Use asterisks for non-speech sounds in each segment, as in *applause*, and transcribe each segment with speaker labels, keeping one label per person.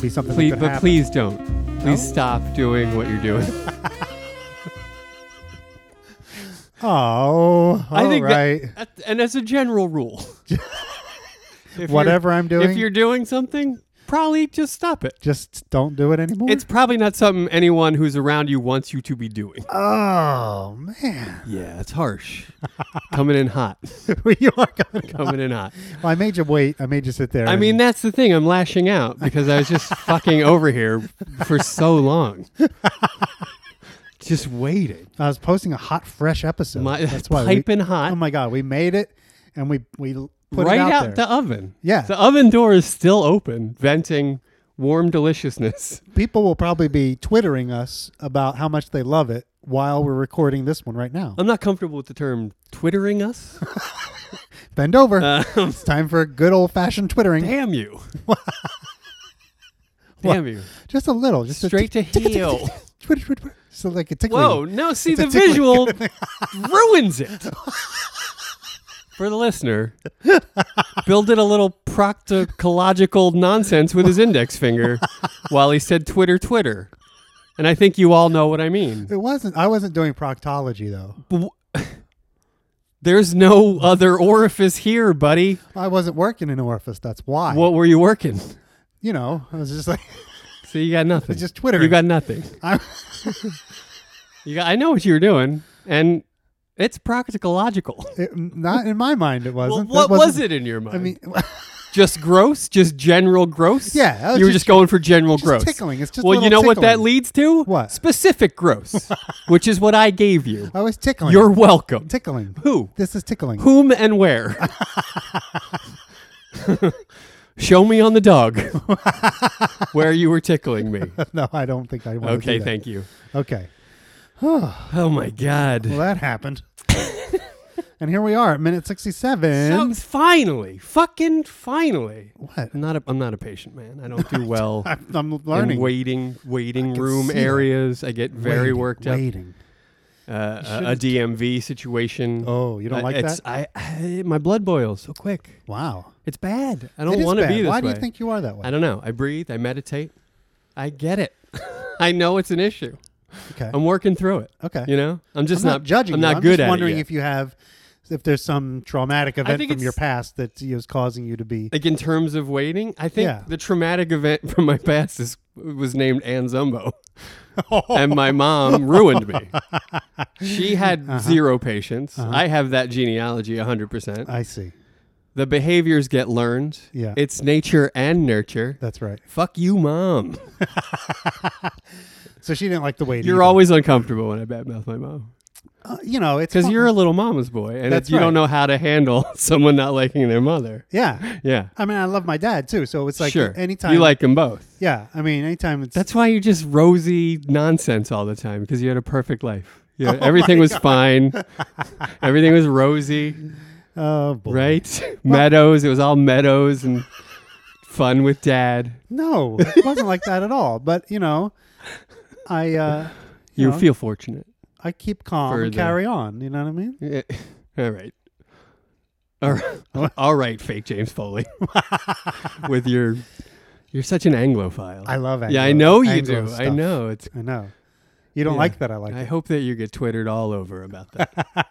Speaker 1: be something.
Speaker 2: Please,
Speaker 1: that could
Speaker 2: but
Speaker 1: happen.
Speaker 2: please don't.
Speaker 1: No?
Speaker 2: Please stop doing what you're
Speaker 1: *laughs*
Speaker 2: doing.
Speaker 1: Oh,
Speaker 2: I think that-
Speaker 1: right.
Speaker 2: at- and as a general
Speaker 1: *laughs*
Speaker 2: rule, if
Speaker 1: Whatever I'm
Speaker 2: You're,
Speaker 1: doing,
Speaker 2: if you're doing something, probably just stop it.
Speaker 1: just don't do it anymore.
Speaker 2: It's probably not something anyone who's around you wants you to be
Speaker 1: *laughs*
Speaker 2: doing.
Speaker 1: oh man, *laughs*
Speaker 2: Yeah, it's harsh. *laughs* Coming in hot.
Speaker 1: you are going.
Speaker 2: Coming in hot.
Speaker 1: Well, I made you wait. I made you sit there.
Speaker 2: I
Speaker 1: and-
Speaker 2: mean, that's the thing. I'm lashing out because I was just fucking over here for so
Speaker 1: *laughs*
Speaker 2: long. just waiting.
Speaker 1: I was posting a hot, fresh episode.
Speaker 2: My,
Speaker 1: That's why we-
Speaker 2: piping hot.
Speaker 1: Oh my god, we made it, and we we l- put
Speaker 2: right
Speaker 1: it out,
Speaker 2: out,
Speaker 1: there.
Speaker 2: the oven.
Speaker 1: yeah,
Speaker 2: The oven door is still open, venting warm
Speaker 1: *laughs*
Speaker 2: deliciousness.
Speaker 1: people will probably be twittering us about how much they love it while we're recording this one right now.
Speaker 2: I'm not comfortable with the term twittering us.
Speaker 1: *laughs* Bend over.
Speaker 2: *laughs* Um,
Speaker 1: it's time for good old fashioned twittering.
Speaker 2: damn
Speaker 1: *laughs*
Speaker 2: you. damn you.
Speaker 1: Just a little, just
Speaker 2: Straight
Speaker 1: a
Speaker 2: to heel.
Speaker 1: Twitter, Twitter, Twitter. So like a tickling.
Speaker 2: Whoa, no, see, the
Speaker 1: a tickling *laughs*
Speaker 2: visual ruins it. For the listener, Bill did a little proctological nonsense with his index
Speaker 1: *laughs*
Speaker 2: finger while he said Twitter, Twitter. And I think you all know what I mean.
Speaker 1: It wasn't. I wasn't doing proctology though.
Speaker 2: *laughs* There's no other orifice here, buddy.
Speaker 1: I wasn't working in orifice. That's why.
Speaker 2: What were you working?
Speaker 1: you know, I was just like, *laughs*
Speaker 2: So you got nothing.
Speaker 1: It's just twittering.
Speaker 2: You got nothing.
Speaker 1: *laughs* I'm-
Speaker 2: You got, I know what you were doing, and it's proctological.
Speaker 1: it, not in my mind. It
Speaker 2: Well,
Speaker 1: wasn't. That
Speaker 2: what was
Speaker 1: wasn't-
Speaker 2: it in your mind?
Speaker 1: I mean,
Speaker 2: just gross, just general gross.
Speaker 1: Yeah, that was
Speaker 2: you were
Speaker 1: just-
Speaker 2: just going for general
Speaker 1: just
Speaker 2: gross.
Speaker 1: tickling. It's just
Speaker 2: well, you know
Speaker 1: little
Speaker 2: what that
Speaker 1: tickling.
Speaker 2: leads to?
Speaker 1: What? Oh
Speaker 2: specific
Speaker 1: *laughs*
Speaker 2: gross, which is what I gave you.
Speaker 1: I was tickling.
Speaker 2: You're welcome.
Speaker 1: tickling.
Speaker 2: Who?
Speaker 1: This is tickling.
Speaker 2: Whom and where? Show me on the
Speaker 1: *laughs*
Speaker 2: dog where you were tickling me.
Speaker 1: *laughs* No, I don't think I want to.
Speaker 2: Okay, thank you.
Speaker 1: you. Okay.
Speaker 2: Oh my god.
Speaker 1: Well, that happened. *laughs* and here we are at minute 67.
Speaker 2: So, finally, fucking finally.
Speaker 1: what?
Speaker 2: I'm not a I'm not a patient man. I don't
Speaker 1: *laughs*
Speaker 2: do well
Speaker 1: I'm, I'm
Speaker 2: in
Speaker 1: learning.
Speaker 2: waiting waiting
Speaker 1: can
Speaker 2: room
Speaker 1: see that.
Speaker 2: areas. I get very
Speaker 1: Waiting,
Speaker 2: worked up.
Speaker 1: waiting.
Speaker 2: Uh, a- a DMV situation.
Speaker 1: Oh, you don't
Speaker 2: I-
Speaker 1: like
Speaker 2: Uh, it's,
Speaker 1: that?
Speaker 2: I, I *sighs* my blood boils so quick.
Speaker 1: Wow.
Speaker 2: It's bad. I
Speaker 1: It
Speaker 2: don't
Speaker 1: is
Speaker 2: want to
Speaker 1: bad.
Speaker 2: be this
Speaker 1: Why do
Speaker 2: way.
Speaker 1: you think you are that way?
Speaker 2: I don't know. I breathe. I meditate. I get it. *laughs* I know it's an issue.
Speaker 1: Okay.
Speaker 2: I'm working through it.
Speaker 1: okay.
Speaker 2: You know, I'm just
Speaker 1: I'm not, judging.
Speaker 2: I'm
Speaker 1: you.
Speaker 2: not
Speaker 1: I'm
Speaker 2: good
Speaker 1: just
Speaker 2: at
Speaker 1: wondering
Speaker 2: it. yet.
Speaker 1: if you have, if there's some traumatic event
Speaker 2: think
Speaker 1: from your
Speaker 2: it's-
Speaker 1: past that you know, is causing you to be.
Speaker 2: like in terms of waiting, I think
Speaker 1: Yeah.
Speaker 2: the traumatic event *laughs* from my past is was named Ann Zumbo,
Speaker 1: *laughs*
Speaker 2: and my mom ruined me.
Speaker 1: *laughs*
Speaker 2: She had
Speaker 1: Uh-huh.
Speaker 2: zero patience. I have that genealogy 100. percent
Speaker 1: I see.
Speaker 2: The behaviors get learned.
Speaker 1: Yeah.
Speaker 2: It's nature and nurture.
Speaker 1: That's right.
Speaker 2: Fuck you,
Speaker 1: *laughs*
Speaker 2: mom.
Speaker 1: So she didn't like the waiting.
Speaker 2: You're
Speaker 1: either.
Speaker 2: always uncomfortable when I badmouth my mom
Speaker 1: Uh, you know, it's
Speaker 2: because
Speaker 1: fun.
Speaker 2: you're a little mama's boy, and
Speaker 1: That's
Speaker 2: it's, you
Speaker 1: right.
Speaker 2: don't know how to handle *laughs* someone not liking their mother.
Speaker 1: Yeah.
Speaker 2: Yeah,
Speaker 1: I mean, I love my dad too. So it's like
Speaker 2: sure.
Speaker 1: anytime.
Speaker 2: you like them both.
Speaker 1: Yeah. I mean, anytime it's.
Speaker 2: That's why you're just rosy nonsense all the time because you had a perfect life. Yeah, everything was fine. everything was *laughs* rosy,
Speaker 1: Oh, boy.
Speaker 2: right? meadows. It was all meadows and fun with dad.
Speaker 1: No, it wasn't like that at all. But you know, I uh, you
Speaker 2: You
Speaker 1: know,
Speaker 2: feel fortunate.
Speaker 1: I keep calm
Speaker 2: for
Speaker 1: and
Speaker 2: the-
Speaker 1: carry on. You know what I mean?
Speaker 2: Yeah. *laughs* All right. All right. All right, fake James Foley. *laughs* With your you're such an Anglophile.
Speaker 1: I love. Anglo,
Speaker 2: yeah, I know you
Speaker 1: Anglo
Speaker 2: do. I
Speaker 1: stuff.
Speaker 2: know. It's
Speaker 1: I know. You don't
Speaker 2: Yeah.
Speaker 1: like that. I *laughs* like.
Speaker 2: I
Speaker 1: it.
Speaker 2: hope that you get twittered all over about
Speaker 1: *laughs*
Speaker 2: that.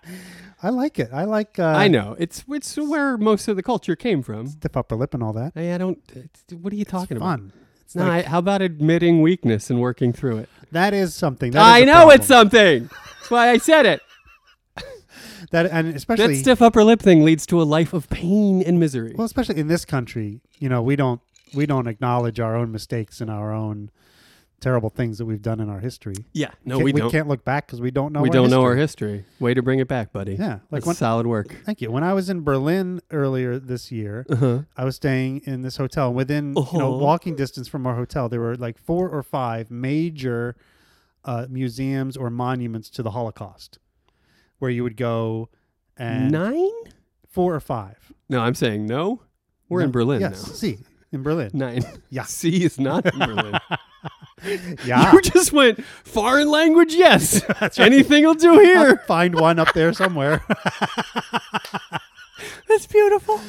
Speaker 1: I like it. I like. Uh,
Speaker 2: I know. It's it's where most of the culture came from.
Speaker 1: stiff upper lip and all that.
Speaker 2: I, I don't it's, what are you talking about?
Speaker 1: Fun. It's
Speaker 2: No,
Speaker 1: like-
Speaker 2: I, how about admitting weakness and working through it?
Speaker 1: that is something. That is
Speaker 2: I
Speaker 1: a
Speaker 2: know it's
Speaker 1: problem.
Speaker 2: something. That's why I said
Speaker 1: *laughs*
Speaker 2: it.
Speaker 1: that, and
Speaker 2: That
Speaker 1: especially
Speaker 2: stiff upper lip thing leads to a life of pain and misery.
Speaker 1: well, especially in this country. You know, we don't we don't acknowledge our own mistakes and our own terrible things that we've done in our history.
Speaker 2: yeah, no,
Speaker 1: Can't-
Speaker 2: we don't.
Speaker 1: can't look back because we don't know.
Speaker 2: we
Speaker 1: our
Speaker 2: don't know
Speaker 1: history.
Speaker 2: our history. Way to bring it back, buddy.
Speaker 1: Yeah, like
Speaker 2: That's
Speaker 1: when,
Speaker 2: solid work.
Speaker 1: thank you. When I was in Berlin earlier this year,
Speaker 2: Uh-huh.
Speaker 1: I was staying in this hotel, and within you know
Speaker 2: Uh-huh.
Speaker 1: walking distance from our hotel, there were like four or five major uh, museums or monuments to the Holocaust, where you would go and
Speaker 2: Nine?
Speaker 1: four or five.
Speaker 2: No, I'm saying no. We're in
Speaker 1: No,
Speaker 2: Berlin
Speaker 1: Yes, see, in Berlin.
Speaker 2: now. Nine.
Speaker 1: Yeah.
Speaker 2: *laughs* C is not in Berlin. *laughs*
Speaker 1: Yeah,
Speaker 2: You just went foreign language.
Speaker 1: *laughs*
Speaker 2: Yes. Anything will do here. *laughs*
Speaker 1: find one up there somewhere.
Speaker 2: That's beautiful.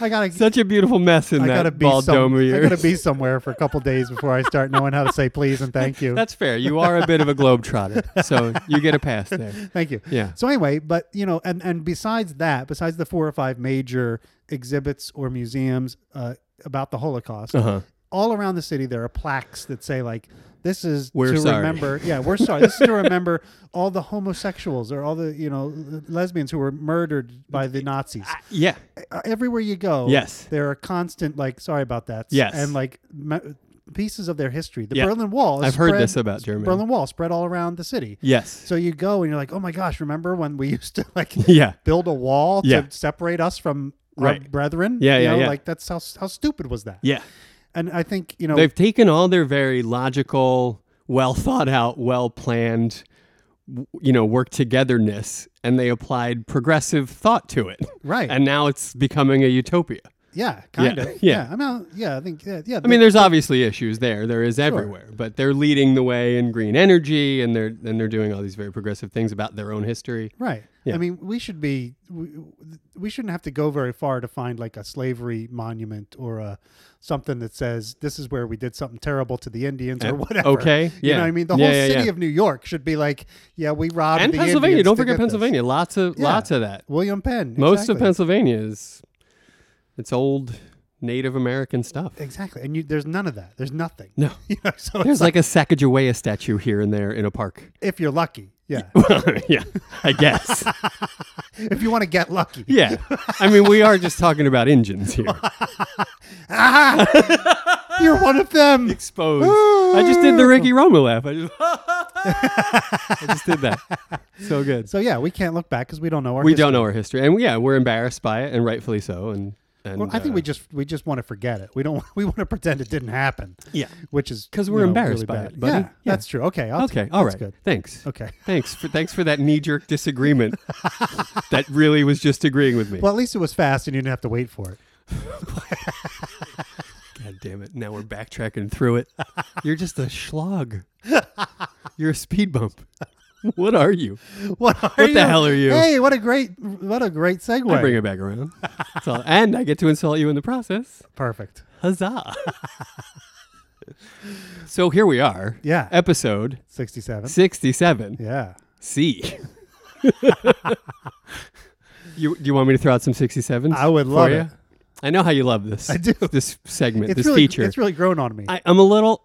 Speaker 1: I gotta
Speaker 2: Such a beautiful mess in
Speaker 1: I gotta
Speaker 2: that
Speaker 1: be
Speaker 2: bald
Speaker 1: some-
Speaker 2: dome of
Speaker 1: I
Speaker 2: yours.
Speaker 1: gotta be somewhere for a couple days before I start knowing how to say please and thank
Speaker 2: *laughs*
Speaker 1: you.
Speaker 2: That's fair. You are a bit of a globetrotter, so you get a pass
Speaker 1: *laughs*
Speaker 2: there.
Speaker 1: thank you.
Speaker 2: Yeah.
Speaker 1: So anyway, but you know, and and besides that, besides the four or five major exhibits or museums uh, about the Holocaust,
Speaker 2: Uh huh.
Speaker 1: all around the city there are plaques that say like this is
Speaker 2: We're
Speaker 1: to
Speaker 2: sorry.
Speaker 1: remember *laughs* yeah we're sorry this is to remember all the homosexuals or all the you know l- lesbians who were murdered by the nazis
Speaker 2: Yeah.
Speaker 1: Uh, everywhere you go
Speaker 2: Yes.
Speaker 1: there are constant like sorry about that
Speaker 2: Yes.
Speaker 1: and like me- pieces of their history the
Speaker 2: Yeah.
Speaker 1: berlin wall is
Speaker 2: I've heard
Speaker 1: spread-
Speaker 2: this about Germany.
Speaker 1: berlin wall spread all around the city
Speaker 2: Yes.
Speaker 1: so you go and you're like oh my gosh remember when we *laughs* used to like
Speaker 2: Yeah.
Speaker 1: build a wall
Speaker 2: Yeah.
Speaker 1: to separate us from our
Speaker 2: Right.
Speaker 1: brethren
Speaker 2: Yeah,
Speaker 1: You
Speaker 2: yeah,
Speaker 1: know,
Speaker 2: yeah.
Speaker 1: like that's how how stupid was that
Speaker 2: Yeah.
Speaker 1: and i think you know
Speaker 2: They've taken all their very logical, well thought out, well planned, you know, work togetherness, and they applied progressive thought to it,
Speaker 1: right
Speaker 2: and now it's becoming a utopia.
Speaker 1: Yeah, kind of.
Speaker 2: *laughs*
Speaker 1: Yeah.
Speaker 2: yeah.
Speaker 1: I mean, yeah, I think, yeah, yeah.
Speaker 2: I mean, there's obviously issues there. There is everywhere, but they're leading the way in green energy, and they're and they're doing all these very progressive things about their own history.
Speaker 1: right. I
Speaker 2: Yeah.
Speaker 1: mean, we should be, we, we shouldn't have to go very far to find like a slavery monument or a something that says this is where we did something terrible to the Indians or whatever.
Speaker 2: Eh, okay,
Speaker 1: You
Speaker 2: yeah.
Speaker 1: know what I mean? The
Speaker 2: Yeah,
Speaker 1: whole
Speaker 2: yeah,
Speaker 1: city
Speaker 2: yeah.
Speaker 1: of New York should be like, yeah, we robbed
Speaker 2: And
Speaker 1: the
Speaker 2: Pennsylvania,
Speaker 1: Indians
Speaker 2: don't
Speaker 1: to
Speaker 2: forget
Speaker 1: get this.
Speaker 2: Pennsylvania. Lots of
Speaker 1: Yeah.
Speaker 2: lots of that.
Speaker 1: William Penn.
Speaker 2: Most of
Speaker 1: exactly.
Speaker 2: Pennsylvania is it's old Native American stuff.
Speaker 1: Exactly. And you, there's none of that. There's nothing.
Speaker 2: No.
Speaker 1: *laughs* You know,
Speaker 2: *laughs*
Speaker 1: so
Speaker 2: There's
Speaker 1: it's, *laughs*
Speaker 2: like a Sacagawea statue here and there in a park.
Speaker 1: if you're lucky. *laughs* Yeah.
Speaker 2: *laughs* yeah, I guess.
Speaker 1: if you want to get lucky.
Speaker 2: *laughs*
Speaker 1: *laughs*
Speaker 2: Yeah. I mean, we are just talking about engines here.
Speaker 1: Ah! you're one of them.
Speaker 2: Exposed. I just did the Ricky Romo laugh. I just, *laughs* I just did that. So good.
Speaker 1: So yeah, we can't look back because we don't know our.
Speaker 2: we
Speaker 1: history.
Speaker 2: don't know our history. And yeah, we're embarrassed by it, and rightfully so. And, and
Speaker 1: Well, I
Speaker 2: uh,
Speaker 1: think we just we just want to forget it. We don't. *laughs* We want to pretend it didn't happen.
Speaker 2: Yeah.
Speaker 1: which is
Speaker 2: 'Cause
Speaker 1: you
Speaker 2: we're
Speaker 1: know,
Speaker 2: embarrassed
Speaker 1: really
Speaker 2: by
Speaker 1: bad.
Speaker 2: it, buddy.
Speaker 1: Yeah,
Speaker 2: Yeah.
Speaker 1: that's true. Okay. I'll
Speaker 2: Okay.
Speaker 1: take it.
Speaker 2: All right.
Speaker 1: That's good.
Speaker 2: Thanks.
Speaker 1: Okay.
Speaker 2: Thanks for thanks for that knee jerk disagreement.
Speaker 1: *laughs*
Speaker 2: that really was just agreeing with me.
Speaker 1: Well, at least it was fast, and you didn't have to wait for it. *laughs*
Speaker 2: God damn it! Now we're backtracking through it. You're just a
Speaker 1: *laughs*
Speaker 2: schlog. You're a speed bump. What are you?
Speaker 1: What, are
Speaker 2: What
Speaker 1: you?
Speaker 2: the hell are you?
Speaker 1: Hey, what a great what a great segue.
Speaker 2: I bring it back around. That's
Speaker 1: *laughs*
Speaker 2: all. And I get to insult you in the process.
Speaker 1: Perfect.
Speaker 2: Huzzah! *laughs* so here we are,
Speaker 1: Yeah.
Speaker 2: episode
Speaker 1: Sixty-seven.
Speaker 2: sixty-seven.
Speaker 1: Yeah.
Speaker 2: C. you do you want me to throw out some sixty-sevens?
Speaker 1: I would
Speaker 2: for
Speaker 1: love
Speaker 2: you?
Speaker 1: it.
Speaker 2: I know how you love this.
Speaker 1: I do.
Speaker 2: This segment,
Speaker 1: It's
Speaker 2: this
Speaker 1: really
Speaker 2: feature.
Speaker 1: it's really grown on me.
Speaker 2: I, I'm a little.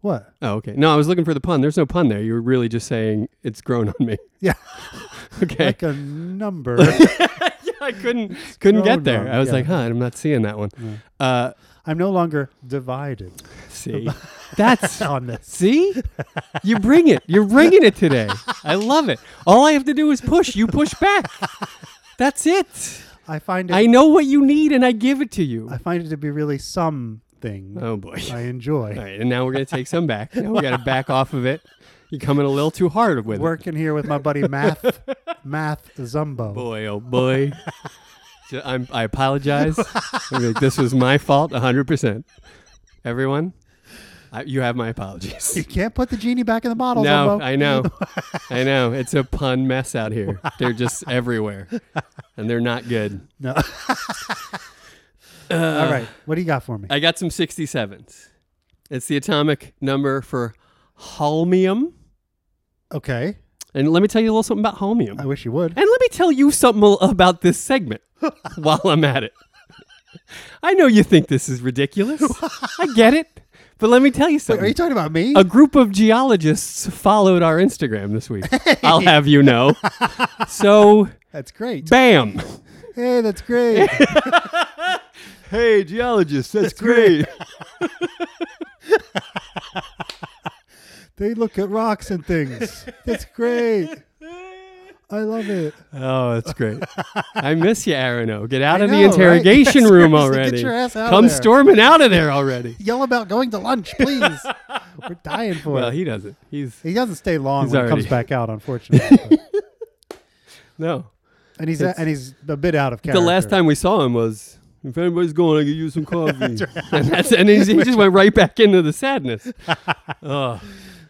Speaker 1: what?
Speaker 2: Oh, okay. No, I was looking for the pun. There's no pun there. You were really just saying it's grown on me.
Speaker 1: Yeah.
Speaker 2: *laughs* *laughs* Okay.
Speaker 1: Like
Speaker 2: *laughs*
Speaker 1: a number.
Speaker 2: yeah, I couldn't *laughs* couldn't
Speaker 1: grown
Speaker 2: get there.
Speaker 1: on-
Speaker 2: I was
Speaker 1: yeah.
Speaker 2: like, huh, I'm not seeing that one. Uh,
Speaker 1: I'm no longer divided
Speaker 2: *laughs*
Speaker 1: *laughs*
Speaker 2: see, that's
Speaker 1: on this.
Speaker 2: see, you bring it. You're bringing it today. I love it. All I have to do is push. You push back. That's it.
Speaker 1: I find it.
Speaker 2: I know what you need, and I give it to you.
Speaker 1: I find it to be really something
Speaker 2: *laughs* Oh boy.
Speaker 1: I enjoy.
Speaker 2: *laughs* All right, and now we're gonna take some back. Now we
Speaker 1: *laughs*
Speaker 2: gotta back off of it. You're coming a little too hard with it.
Speaker 1: Working here with my buddy
Speaker 2: *laughs*
Speaker 1: Math Math Zumbo.
Speaker 2: boy, oh
Speaker 1: *laughs*
Speaker 2: boy. So I'm, I apologize. I'm like, this was my fault, 100%. Everyone, I, you have my
Speaker 1: *laughs* You
Speaker 2: apologies.
Speaker 1: can't put the genie back in the
Speaker 2: *laughs*
Speaker 1: bottle,
Speaker 2: No,
Speaker 1: Zumbo.
Speaker 2: I know. I know. It's a pun mess out
Speaker 1: *laughs*
Speaker 2: here. They're just everywhere, and they're not good.
Speaker 1: no. All right, what do you got for me?
Speaker 2: I got some 67s. It's the atomic number for holmium.
Speaker 1: okay,
Speaker 2: And let me tell you a little something about holmium.
Speaker 1: I wish you
Speaker 2: *laughs*
Speaker 1: would.
Speaker 2: And let me tell you something al- about this
Speaker 1: *laughs*
Speaker 2: segment while I'm at it. I know you think this is ridiculous.
Speaker 1: *laughs*
Speaker 2: I get it. But let me tell you
Speaker 1: Wait, are you
Speaker 2: something.
Speaker 1: talking about me?
Speaker 2: A group of geologists followed our Instagram this week. I'll have you
Speaker 1: *laughs*
Speaker 2: know. So,
Speaker 1: That's great.
Speaker 2: bam.
Speaker 1: Hey,
Speaker 2: *laughs*
Speaker 1: that's great.
Speaker 2: Hey, geologists, that's,
Speaker 1: great. they look at rocks and things. That's
Speaker 2: *laughs*
Speaker 1: great. I love it.
Speaker 2: *laughs* Oh, that's great. I miss you, Aaron. O. Get out
Speaker 1: I
Speaker 2: of
Speaker 1: know,
Speaker 2: the
Speaker 1: right? *laughs*
Speaker 2: interrogation room
Speaker 1: Seriously, get
Speaker 2: already.
Speaker 1: your ass out of
Speaker 2: Come
Speaker 1: there.
Speaker 2: storming out of there already.
Speaker 1: Yell about going to lunch,
Speaker 2: *laughs*
Speaker 1: please. We're dying for
Speaker 2: Well,
Speaker 1: it.
Speaker 2: he doesn't. He's
Speaker 1: He doesn't stay long
Speaker 2: He's
Speaker 1: when he
Speaker 2: already-
Speaker 1: comes
Speaker 2: *laughs*
Speaker 1: back out, unfortunately. but-
Speaker 2: no.
Speaker 1: and he's and he's a bit out of character.
Speaker 2: the last time we saw him was if anybody's going, I get you
Speaker 1: *laughs*
Speaker 2: some coffee. and that's, and he's, he just went right back into the
Speaker 1: *laughs*
Speaker 2: sadness.
Speaker 1: Oh,
Speaker 2: Ugh.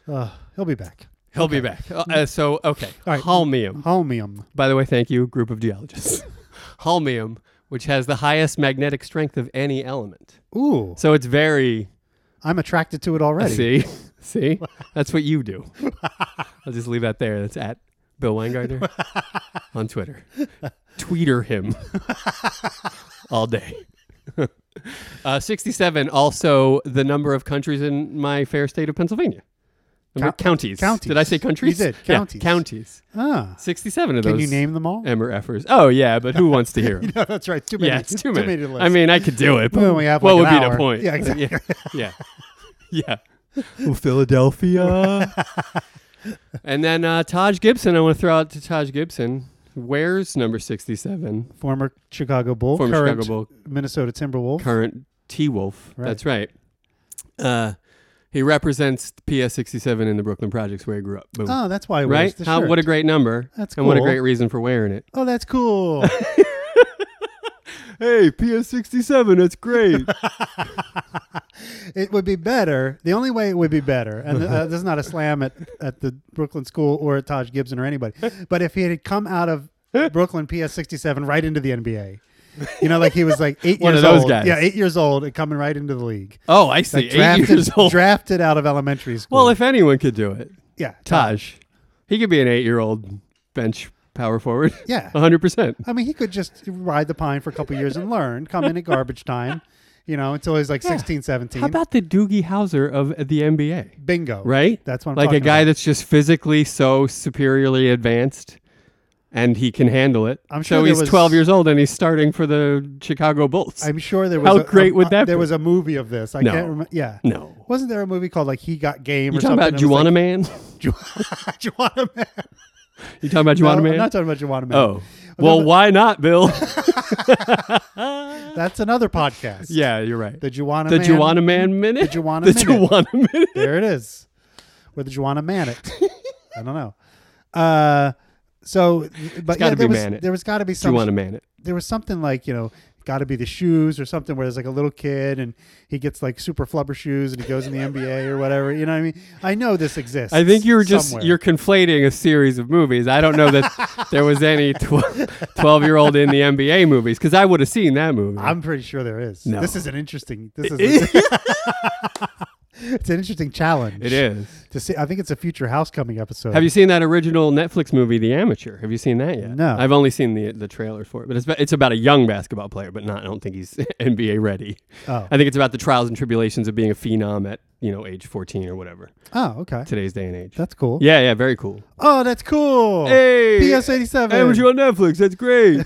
Speaker 1: Ugh, he'll be back.
Speaker 2: he'll be back. Uh, uh, so okay,
Speaker 1: All right.
Speaker 2: Holmium.
Speaker 1: Homium.
Speaker 2: By the way, thank you, group of geologists. *laughs* holmium, which has the highest magnetic strength of any element.
Speaker 1: Ooh,
Speaker 2: So it's very
Speaker 1: I'm attracted to it already.
Speaker 2: *laughs* see,
Speaker 1: *laughs*
Speaker 2: see, that's what you do. I'll just leave that there. That's at Bill
Speaker 1: *laughs*
Speaker 2: Weingartner on Twitter. Tweeter him all day. *laughs* uh, Sixty-seven. Also, the number of countries in my fair state of Pennsylvania. Number-
Speaker 1: Count-
Speaker 2: counties.
Speaker 1: counties.
Speaker 2: Did I say countries?
Speaker 1: You did,
Speaker 2: Yeah,
Speaker 1: counties.
Speaker 2: counties.
Speaker 1: Ah,
Speaker 2: Sixty-seven of
Speaker 1: can
Speaker 2: those.
Speaker 1: you name them all? *laughs*
Speaker 2: Emmer effers? Oh yeah, but who wants to hear? 'em?
Speaker 1: No, that's right. Too many.
Speaker 2: yeah, it's too many.
Speaker 1: lists.
Speaker 2: I mean, I could do it, but
Speaker 1: We only have,
Speaker 2: what
Speaker 1: like,
Speaker 2: would
Speaker 1: an
Speaker 2: be the
Speaker 1: hour.
Speaker 2: point?
Speaker 1: Yeah, exactly.
Speaker 2: *laughs*
Speaker 1: *laughs*
Speaker 2: Yeah, yeah. Well, Philadelphia.
Speaker 1: *laughs*
Speaker 2: and then uh, Taj Gibson. I want to throw out to Taj Gibson. Where's number sixty-seven?
Speaker 1: former Chicago Bull,
Speaker 2: Former
Speaker 1: current
Speaker 2: Chicago Bull,
Speaker 1: Minnesota Timberwolf.
Speaker 2: current T Wolf.
Speaker 1: Right.
Speaker 2: That's right. Uh, he represents PS sixty-seven in the Brooklyn Projects where he grew up. Boom.
Speaker 1: oh, that's why I wears
Speaker 2: right?
Speaker 1: the
Speaker 2: How,
Speaker 1: shirt.
Speaker 2: what a great number.
Speaker 1: That's
Speaker 2: and what a
Speaker 1: cool.
Speaker 2: great reason for wearing it.
Speaker 1: oh,
Speaker 2: *laughs*
Speaker 1: that's cool.
Speaker 2: Hey, PS sixty-seven. That's great.
Speaker 1: it would be better. The only way it would be better, and uh, this is not a slam at, at the Brooklyn school or at Taj Gibson or
Speaker 2: *laughs*
Speaker 1: anybody, but if he had come out of Brooklyn PS 67 right into the NBA, you know, like he was like
Speaker 2: *laughs*
Speaker 1: eight
Speaker 2: One
Speaker 1: years
Speaker 2: of those
Speaker 1: old.
Speaker 2: guys.
Speaker 1: Yeah, eight years old and coming right into the league.
Speaker 2: *laughs* oh, I see.
Speaker 1: Like
Speaker 2: Eight years *laughs* old.
Speaker 1: drafted out of elementary school.
Speaker 2: Well, if anyone could do it,
Speaker 1: yeah,
Speaker 2: Taj, he could be an eight-year-old bench power forward. *laughs*
Speaker 1: yeah.
Speaker 2: hundred percent.
Speaker 1: I mean, he could just ride the pine for a couple years and learn, come in at garbage time, you know, until he's like
Speaker 2: Yeah.
Speaker 1: sixteen, seventeen. 16, 17.
Speaker 2: How about the Doogie Hauser of the NBA?
Speaker 1: Bingo.
Speaker 2: Right?
Speaker 1: That's what I'm
Speaker 2: like a
Speaker 1: talking
Speaker 2: guy
Speaker 1: about.
Speaker 2: that's just physically so superiorly advanced, and he can handle it.
Speaker 1: I'm sure
Speaker 2: so
Speaker 1: there
Speaker 2: he's
Speaker 1: was-
Speaker 2: 12 years old and he's starting for the Chicago Bulls.
Speaker 1: I'm sure there was
Speaker 2: How
Speaker 1: a,
Speaker 2: great
Speaker 1: a-
Speaker 2: would that
Speaker 1: there
Speaker 2: be?
Speaker 1: was a movie of this. I
Speaker 2: No.
Speaker 1: can't remember. Yeah.
Speaker 2: no.
Speaker 1: Wasn't there a movie called like He Got Game
Speaker 2: You
Speaker 1: or
Speaker 2: talking
Speaker 1: something?
Speaker 2: about Juana Man? *laughs*
Speaker 1: It was like, Ju- *laughs* Juana Man.
Speaker 2: You talking about *laughs* Juana
Speaker 1: No,
Speaker 2: Man?
Speaker 1: I'm not talking about Juana Man.
Speaker 2: oh. Well, why not,
Speaker 1: *laughs*
Speaker 2: Bill?
Speaker 1: That's another podcast.
Speaker 2: yeah, you're right.
Speaker 1: The Juana
Speaker 2: The
Speaker 1: Man.
Speaker 2: Juana Man minute.
Speaker 1: The Juana
Speaker 2: The
Speaker 1: Minute.
Speaker 2: Juana *laughs* minute.
Speaker 1: There it is. With the
Speaker 2: *laughs*
Speaker 1: Juana Manet. I don't know. Uh, so, but yeah,
Speaker 2: gotta
Speaker 1: there
Speaker 2: be
Speaker 1: was
Speaker 2: Manet.
Speaker 1: there was got to be some
Speaker 2: Juana Man it.
Speaker 1: there was something like you know got to be the shoes or something where there's like a little kid and he gets like super flubber shoes and he goes in the NBA or whatever. You know what I mean? I know this exists.
Speaker 2: I think you were just
Speaker 1: somewhere.
Speaker 2: you're conflating a series of movies. I don't know
Speaker 1: *laughs*
Speaker 2: that there was any twelve year old in the NBA movies because I would have seen that movie.
Speaker 1: I'm pretty sure there is.
Speaker 2: No.
Speaker 1: This is an interesting. This is. *laughs* it's an interesting challenge.
Speaker 2: it is.
Speaker 1: To see, I think it's a future housecoming episode.
Speaker 2: Have you seen that original Netflix movie, The Amateur? Have you seen that yet?
Speaker 1: No.
Speaker 2: I've only seen the the trailer for it, but it's about, it's about a young basketball player, but not. I don't think he's *laughs* NBA ready.
Speaker 1: Oh.
Speaker 2: I think it's about the trials and tribulations of being a phenom at you know age fourteen or whatever
Speaker 1: Oh, okay.
Speaker 2: today's day and age.
Speaker 1: That's cool.
Speaker 2: Yeah, yeah, very cool.
Speaker 1: Oh, that's cool.
Speaker 2: Hey,
Speaker 1: PS eighty seven.
Speaker 2: Amateur on Netflix. That's
Speaker 1: *laughs*
Speaker 2: great.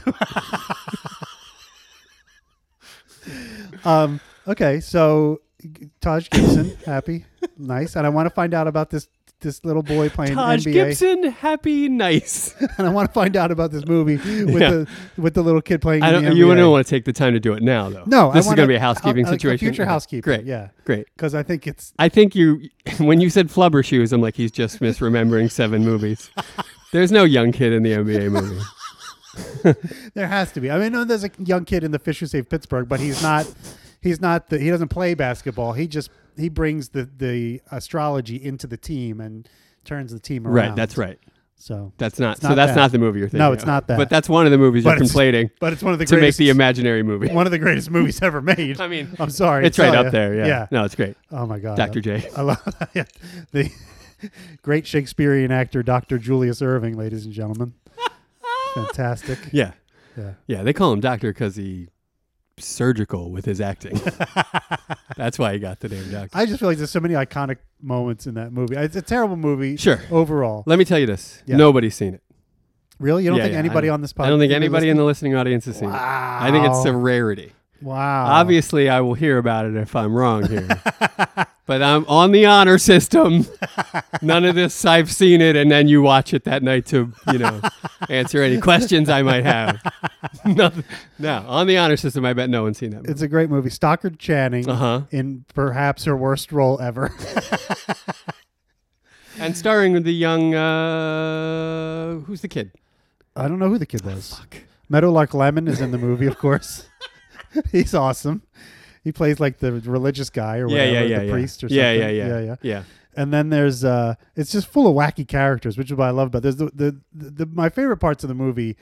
Speaker 1: Um, okay, so Taj Gibson, happy, nice, and I want to find out about this this little boy playing
Speaker 2: Taj
Speaker 1: NBA,
Speaker 2: Gibson, happy, nice.
Speaker 1: *laughs* and I want to find out about this movie with
Speaker 2: Yeah.
Speaker 1: the with the little kid playing.
Speaker 2: I
Speaker 1: in
Speaker 2: don't,
Speaker 1: the
Speaker 2: you
Speaker 1: NBA.
Speaker 2: don't want to take the time to do it now, though.
Speaker 1: No, I
Speaker 2: this is
Speaker 1: wanna-
Speaker 2: going to be a housekeeping
Speaker 1: a- a
Speaker 2: situation.
Speaker 1: future
Speaker 2: Okay.
Speaker 1: housekeeping.
Speaker 2: Great.
Speaker 1: yeah,
Speaker 2: Great.
Speaker 1: because I think it's
Speaker 2: I think you, *laughs* when you said flubber shoes, I'm like, he's just misremembering seven
Speaker 1: *laughs*
Speaker 2: movies. There's no young kid in the NBA movie.
Speaker 1: there has to be. I mean, I know there's a young kid in the Fish Who Saved Pittsburgh, but he's not he's not the he doesn't play basketball. He just he brings the the astrology into the team and turns the team *laughs* around.
Speaker 2: right. That's right.
Speaker 1: So,
Speaker 2: That's not. so
Speaker 1: not
Speaker 2: that's
Speaker 1: that.
Speaker 2: not the movie you're thinking.
Speaker 1: No, it's
Speaker 2: of.
Speaker 1: not that.
Speaker 2: But that's one of the movies
Speaker 1: But
Speaker 2: you're
Speaker 1: it's-
Speaker 2: conflating
Speaker 1: but it's one of the
Speaker 2: to make
Speaker 1: greatest
Speaker 2: the imaginary movie.
Speaker 1: one of the greatest movies ever
Speaker 2: *laughs*
Speaker 1: made.
Speaker 2: I mean,
Speaker 1: I'm sorry.
Speaker 2: it's
Speaker 1: I
Speaker 2: right
Speaker 1: tell ya.
Speaker 2: up there. Yeah.
Speaker 1: Yeah.
Speaker 2: No, it's great.
Speaker 1: Oh my God.
Speaker 2: Dr. J.
Speaker 1: I love that. Yeah. The great Shakespearean actor, Dr. Julius Irving, ladies and gentlemen.
Speaker 2: *laughs*
Speaker 1: Fantastic.
Speaker 2: Yeah.
Speaker 1: *laughs* Yeah.
Speaker 2: Yeah. They call him Doctor because he surgical with his
Speaker 1: *laughs*
Speaker 2: acting. that's why he got the name Doctor.
Speaker 1: I just feel like there's so many iconic moments in that movie. It's a terrible movie.
Speaker 2: Sure.
Speaker 1: Overall.
Speaker 2: Let me tell you this.
Speaker 1: Yeah.
Speaker 2: Nobody's seen it.
Speaker 1: Really? You don't
Speaker 2: Yeah,
Speaker 1: think
Speaker 2: yeah, I
Speaker 1: anybody
Speaker 2: don't-
Speaker 1: on this podcast?
Speaker 2: I don't think anybody in the listening audience has seen it.
Speaker 1: Wow.
Speaker 2: I think it's a rarity.
Speaker 1: Wow.
Speaker 2: Obviously, I will hear about it if I'm wrong here. *laughs* but I'm on the honor
Speaker 1: *laughs*
Speaker 2: system. None of this, I've seen it, and then you watch it that night to, you know, answer any questions I might have. *laughs* Nothing. No, on the honor system, I bet no one's seen that.
Speaker 1: It's a great movie. Stockard Channing
Speaker 2: Uh
Speaker 1: *laughs*
Speaker 2: huh.
Speaker 1: in perhaps her worst role ever. *laughs*
Speaker 2: And starring the young, uh, who's the kid?
Speaker 1: I don't know who the kid
Speaker 2: Oh,
Speaker 1: was. Meadowlark Lemon is in the movie, of course. *laughs* He's awesome. He plays like the religious guy or
Speaker 2: Yeah,
Speaker 1: whatever,
Speaker 2: yeah, yeah.
Speaker 1: the
Speaker 2: yeah.
Speaker 1: priest or something.
Speaker 2: yeah, yeah, yeah, yeah, yeah.
Speaker 1: And then there's uh, it's just full of wacky characters, which is what I love about. it. There's the, the the the my favorite parts of the movie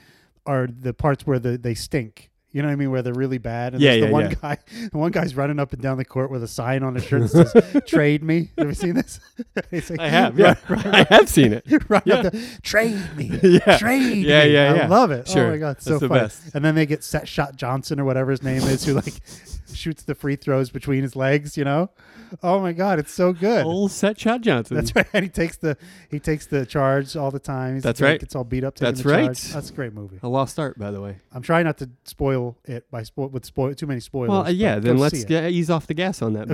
Speaker 1: are the parts where the, they stink. You know what I mean? Where they're really bad. And
Speaker 2: Yeah,
Speaker 1: there's the
Speaker 2: yeah,
Speaker 1: one
Speaker 2: yeah.
Speaker 1: guy, *laughs* the one guy's running up and down the court with a sign on his shirt that
Speaker 2: *laughs*
Speaker 1: says "Trade me." Have you seen this? *laughs* He's like,
Speaker 2: I
Speaker 1: *laughs*
Speaker 2: have. Yeah,
Speaker 1: run-
Speaker 2: *laughs*
Speaker 1: run-
Speaker 2: I have seen it.
Speaker 1: run
Speaker 2: Yeah.
Speaker 1: up the, trade me,
Speaker 2: *laughs* Yeah.
Speaker 1: trade
Speaker 2: Yeah,
Speaker 1: me.
Speaker 2: yeah,
Speaker 1: I
Speaker 2: yeah.
Speaker 1: love it. Oh
Speaker 2: Sure.
Speaker 1: my god, it's so
Speaker 2: That's the
Speaker 1: funny.
Speaker 2: best.
Speaker 1: And then they get Set Shot Johnson or whatever his name is, who like *laughs* shoots the free throws between his legs. You know? Oh my god, it's so good.
Speaker 2: Old set shot Johnson.
Speaker 1: That's *laughs* right. And he takes the he takes the charge all the time. He's
Speaker 2: That's
Speaker 1: like,
Speaker 2: right.
Speaker 1: Gets all beat up. taking
Speaker 2: That's
Speaker 1: the charge.
Speaker 2: right.
Speaker 1: That's a great movie.
Speaker 2: a lost art, by the way.
Speaker 1: I'm trying not to spoil it by spo- with spoil too many spoilers.
Speaker 2: Well, uh, yeah.
Speaker 1: but
Speaker 2: Then
Speaker 1: go
Speaker 2: let's
Speaker 1: see it.
Speaker 2: yeah, ease off the gas on that,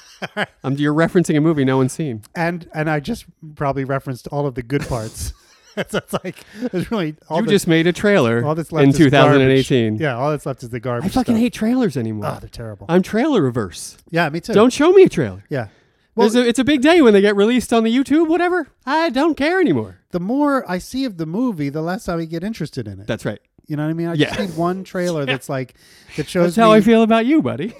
Speaker 1: *laughs*
Speaker 2: buddy. um, you're referencing a movie no one's seen.
Speaker 1: and and I just probably referenced all of the good
Speaker 2: *laughs*
Speaker 1: parts. *laughs* That's that's like there's really all
Speaker 2: you
Speaker 1: the-
Speaker 2: just made a trailer
Speaker 1: all that's left
Speaker 2: in
Speaker 1: is garbage.
Speaker 2: 2018.
Speaker 1: Yeah, all that's left is the garbage.
Speaker 2: I fucking
Speaker 1: stuff.
Speaker 2: hate trailers anymore.
Speaker 1: Oh, they're terrible.
Speaker 2: I'm trailer reverse.
Speaker 1: yeah, me too.
Speaker 2: Don't show me a trailer.
Speaker 1: Yeah. Well,
Speaker 2: There's a, it's a big day when they get released on the YouTube, whatever. I don't care anymore.
Speaker 1: the more I see of the movie, the less I would get interested in it.
Speaker 2: That's right.
Speaker 1: you know what I mean? I just
Speaker 2: Yeah. *laughs*
Speaker 1: need one trailer that's like that
Speaker 2: That's
Speaker 1: shows
Speaker 2: how
Speaker 1: me
Speaker 2: I feel about you,
Speaker 1: *laughs*
Speaker 2: buddy.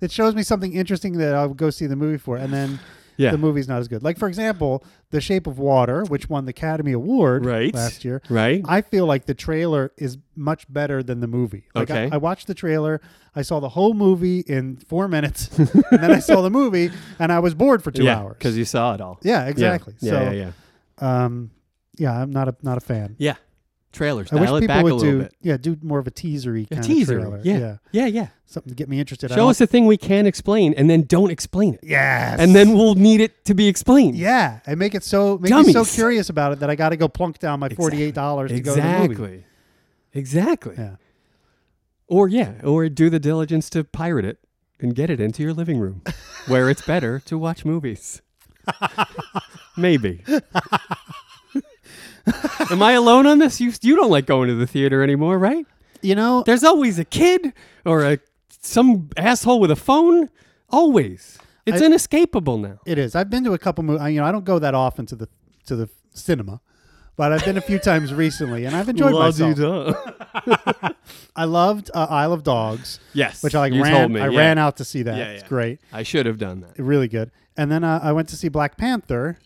Speaker 1: that shows me something interesting that I'll go see the movie for, and then
Speaker 2: Yeah.
Speaker 1: the movie's not as good. Like for example, The Shape of Water, which won the Academy Award
Speaker 2: Right.
Speaker 1: last year.
Speaker 2: Right?
Speaker 1: I feel like the trailer is much better than the movie. Like
Speaker 2: Okay.
Speaker 1: I, I watched the trailer, I saw the whole movie in four minutes, *laughs* and then I saw the movie, and I was bored for two
Speaker 2: yeah,
Speaker 1: hours.
Speaker 2: because you saw it all.
Speaker 1: yeah, exactly.
Speaker 2: Yeah,
Speaker 1: so,
Speaker 2: yeah, yeah.
Speaker 1: um, yeah, I'm not a not a fan.
Speaker 2: Yeah. Trailers.
Speaker 1: I wish
Speaker 2: Dial it
Speaker 1: people
Speaker 2: back a
Speaker 1: would
Speaker 2: little
Speaker 1: do
Speaker 2: bit.
Speaker 1: yeah, do more of a teasery
Speaker 2: A
Speaker 1: kind
Speaker 2: teaser.
Speaker 1: of trailer.
Speaker 2: Yeah. Yeah, yeah.
Speaker 1: something to get me interested. I
Speaker 2: Show
Speaker 1: don't-
Speaker 2: us a thing we can explain and then don't explain it.
Speaker 1: yes,
Speaker 2: And then we'll need it to be explained.
Speaker 1: Yeah, and make it so make me so
Speaker 2: Dummies.
Speaker 1: curious about it that I got to go plunk down my forty eight dollars to
Speaker 2: exactly.
Speaker 1: go to the movie.
Speaker 2: Exactly. Exactly.
Speaker 1: Yeah,
Speaker 2: Or yeah, or do the diligence to pirate it and get it into your living room
Speaker 1: *laughs*
Speaker 2: where it's better to watch movies. Maybe. Am I alone on this? You you don't like going to the theater anymore, right?
Speaker 1: you know,
Speaker 2: There's always a kid or a some asshole with a phone always. It's
Speaker 1: I-
Speaker 2: inescapable now.
Speaker 1: it is. I've been to a couple movies. You know, I don't go that often to the to the cinema, but I've been a few times recently, and I've enjoyed myself. I loved uh, Isle of Dogs,
Speaker 2: *laughs* yes.
Speaker 1: which I like
Speaker 2: you
Speaker 1: ran.
Speaker 2: told me.
Speaker 1: I
Speaker 2: yeah.
Speaker 1: ran out to see that.
Speaker 2: Yeah,
Speaker 1: It's
Speaker 2: yeah.
Speaker 1: great,
Speaker 2: I should have done that.
Speaker 1: really good. And then uh, I went to see Black Panther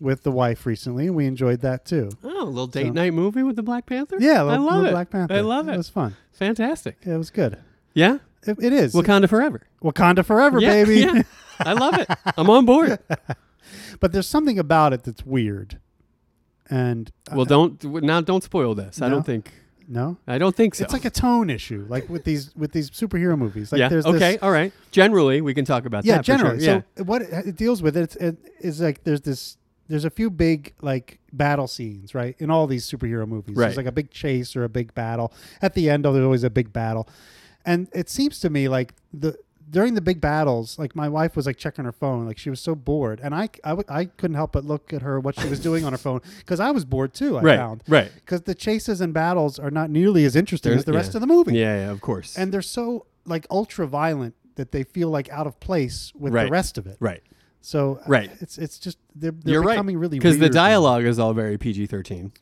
Speaker 1: with the wife recently, and we enjoyed that too.
Speaker 2: Oh, a little date night movie with the Black Panther?
Speaker 1: Yeah,
Speaker 2: I
Speaker 1: little-
Speaker 2: love
Speaker 1: little
Speaker 2: it.
Speaker 1: Black Panther.
Speaker 2: I love
Speaker 1: It
Speaker 2: it.
Speaker 1: was fun.
Speaker 2: Fantastic.
Speaker 1: Yeah, it was good.
Speaker 2: Yeah?
Speaker 1: It, it is
Speaker 2: Wakanda forever.
Speaker 1: Wakanda forever,
Speaker 2: Yeah,
Speaker 1: baby.
Speaker 2: yeah. I love
Speaker 1: *laughs*
Speaker 2: it. I'm on board.
Speaker 1: But there's something about it that's weird. And uh,
Speaker 2: Well, don't now don't spoil this. I
Speaker 1: No?
Speaker 2: don't think
Speaker 1: no,
Speaker 2: I don't think so.
Speaker 1: it's like a tone issue, like with these with these superhero movies. Like
Speaker 2: yeah.
Speaker 1: there's
Speaker 2: Okay.
Speaker 1: This,
Speaker 2: All right. Generally, we can talk about
Speaker 1: yeah,
Speaker 2: that. for sure.
Speaker 1: generally.
Speaker 2: Yeah.
Speaker 1: So what it, it deals with it's, it is like there's this there's a few big like battle scenes right in all these superhero movies. There's
Speaker 2: Right.
Speaker 1: like a big chase or a big battle. At the end, there's always a big battle, and it seems to me like the. During the big battles, like my wife was like checking her phone, like she was so bored, and I, I, w- I couldn't help but look at her what she was doing on her phone because I was bored too. I
Speaker 2: right.
Speaker 1: found
Speaker 2: Right.
Speaker 1: because the chases and battles are not nearly as interesting
Speaker 2: They're-
Speaker 1: as the
Speaker 2: yeah.
Speaker 1: rest of the movie.
Speaker 2: Yeah. Yeah. Of course.
Speaker 1: And they're so like ultra violent that they feel like out of place with the
Speaker 2: Right.
Speaker 1: rest of it.
Speaker 2: right.
Speaker 1: So uh,
Speaker 2: Right.
Speaker 1: it's it's just they're, they're
Speaker 2: You're right.
Speaker 1: becoming really
Speaker 2: the
Speaker 1: weird now.
Speaker 2: dialogue is all very PG-13,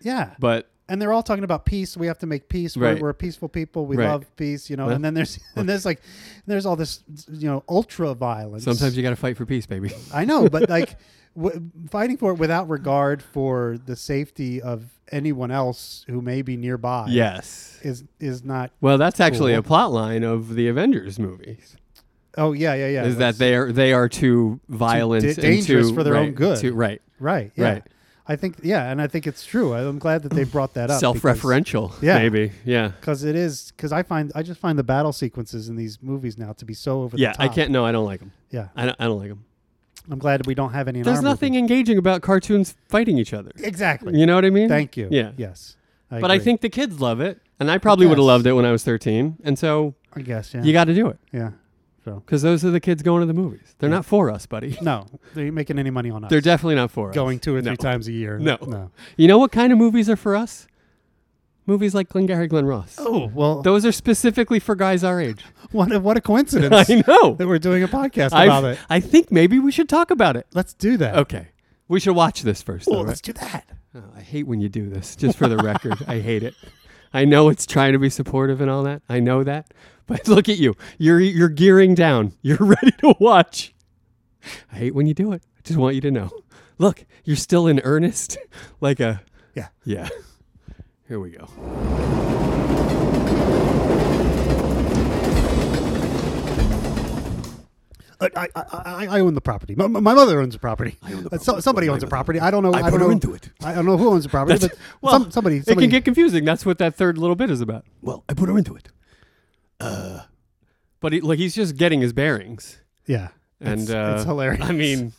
Speaker 1: Yeah.
Speaker 2: but
Speaker 1: And they're all talking about peace. We have to make peace. We're,
Speaker 2: Right.
Speaker 1: we're a peaceful people. We
Speaker 2: Right.
Speaker 1: love peace, you know.
Speaker 2: Well,
Speaker 1: and then there's *laughs* and there's like there's all this you know ultra violence.
Speaker 2: sometimes you got to fight for peace, baby.
Speaker 1: I know, but like *laughs* w- fighting for it without regard for the safety of anyone else who may be nearby.
Speaker 2: yes.
Speaker 1: Is is not
Speaker 2: Well, that's actually
Speaker 1: Cool.
Speaker 2: a plot line of the Avengers movies.
Speaker 1: Oh yeah, yeah, yeah.
Speaker 2: is
Speaker 1: That's-
Speaker 2: that they are they are too violent,
Speaker 1: da-
Speaker 2: and
Speaker 1: dangerous
Speaker 2: too-
Speaker 1: for their
Speaker 2: right,
Speaker 1: own good.
Speaker 2: too- right?
Speaker 1: Right. Yeah.
Speaker 2: Right.
Speaker 1: I think yeah, and I think it's true. I- I'm glad that they brought that up.
Speaker 2: Self-referential,
Speaker 1: Yeah.
Speaker 2: maybe. Yeah.
Speaker 1: Because 'cause it is because I find I just find the battle sequences in these movies now to be so over
Speaker 2: Yeah,
Speaker 1: the top.
Speaker 2: I can't. No, I don't like them.
Speaker 1: Yeah,
Speaker 2: I don't, I don't like them.
Speaker 1: I'm glad we don't have any. In
Speaker 2: There's
Speaker 1: our
Speaker 2: nothing
Speaker 1: movie.
Speaker 2: engaging about cartoons fighting each other.
Speaker 1: exactly.
Speaker 2: You know what I mean?
Speaker 1: Thank you.
Speaker 2: Yeah.
Speaker 1: Yes.
Speaker 2: But I
Speaker 1: agree.
Speaker 2: think the kids love it, and I probably would have
Speaker 1: Yes.
Speaker 2: loved it when I was 13. And so
Speaker 1: I guess yeah.
Speaker 2: you got to do it
Speaker 1: yeah. So
Speaker 2: because those are the kids going to the movies. They're not for us, buddy.
Speaker 1: no, they ain't making any money on us.
Speaker 2: They're definitely not for us.
Speaker 1: going two or three
Speaker 2: No.
Speaker 1: times a year.
Speaker 2: No.
Speaker 1: No.
Speaker 2: You know what kind of movies are for us? Movies like Glengarry Glen Ross.
Speaker 1: Oh well,
Speaker 2: Those are specifically for guys our age.
Speaker 1: what a, what a coincidence
Speaker 2: *laughs* I know.
Speaker 1: that we're doing a podcast
Speaker 2: I've-
Speaker 1: about it.
Speaker 2: I think maybe we should talk about it.
Speaker 1: Let's do that.
Speaker 2: Okay. We should watch this first.
Speaker 1: Cool,
Speaker 2: though, right?
Speaker 1: let's do that.
Speaker 2: Oh, I hate when you do this, just for the record. I hate it. I know it's trying to be supportive and all that. I know that. But *laughs* look at you. You're you're gearing down. You're *laughs* ready to watch. I hate when you do it. I just want you to know. Look, you're still in earnest. *laughs* Like a
Speaker 1: Yeah.
Speaker 2: Yeah. Here we go.
Speaker 1: Uh, I, I, I, I own the property. My, my mother owns the property. Uh, so- somebody owns the property. I don't know. I,
Speaker 2: put
Speaker 1: don't
Speaker 2: her
Speaker 1: know,
Speaker 2: into it.
Speaker 1: I don't know who owns the property, but
Speaker 2: That's- well,
Speaker 1: some, somebody.
Speaker 2: It
Speaker 1: somebody
Speaker 2: can get confusing. That's what that third little bit is about. Well, I put her into it. Uh, but he, like he's just getting his bearings,
Speaker 1: yeah.
Speaker 2: and
Speaker 1: it's,
Speaker 2: uh,
Speaker 1: it's hilarious.
Speaker 2: *laughs* I mean,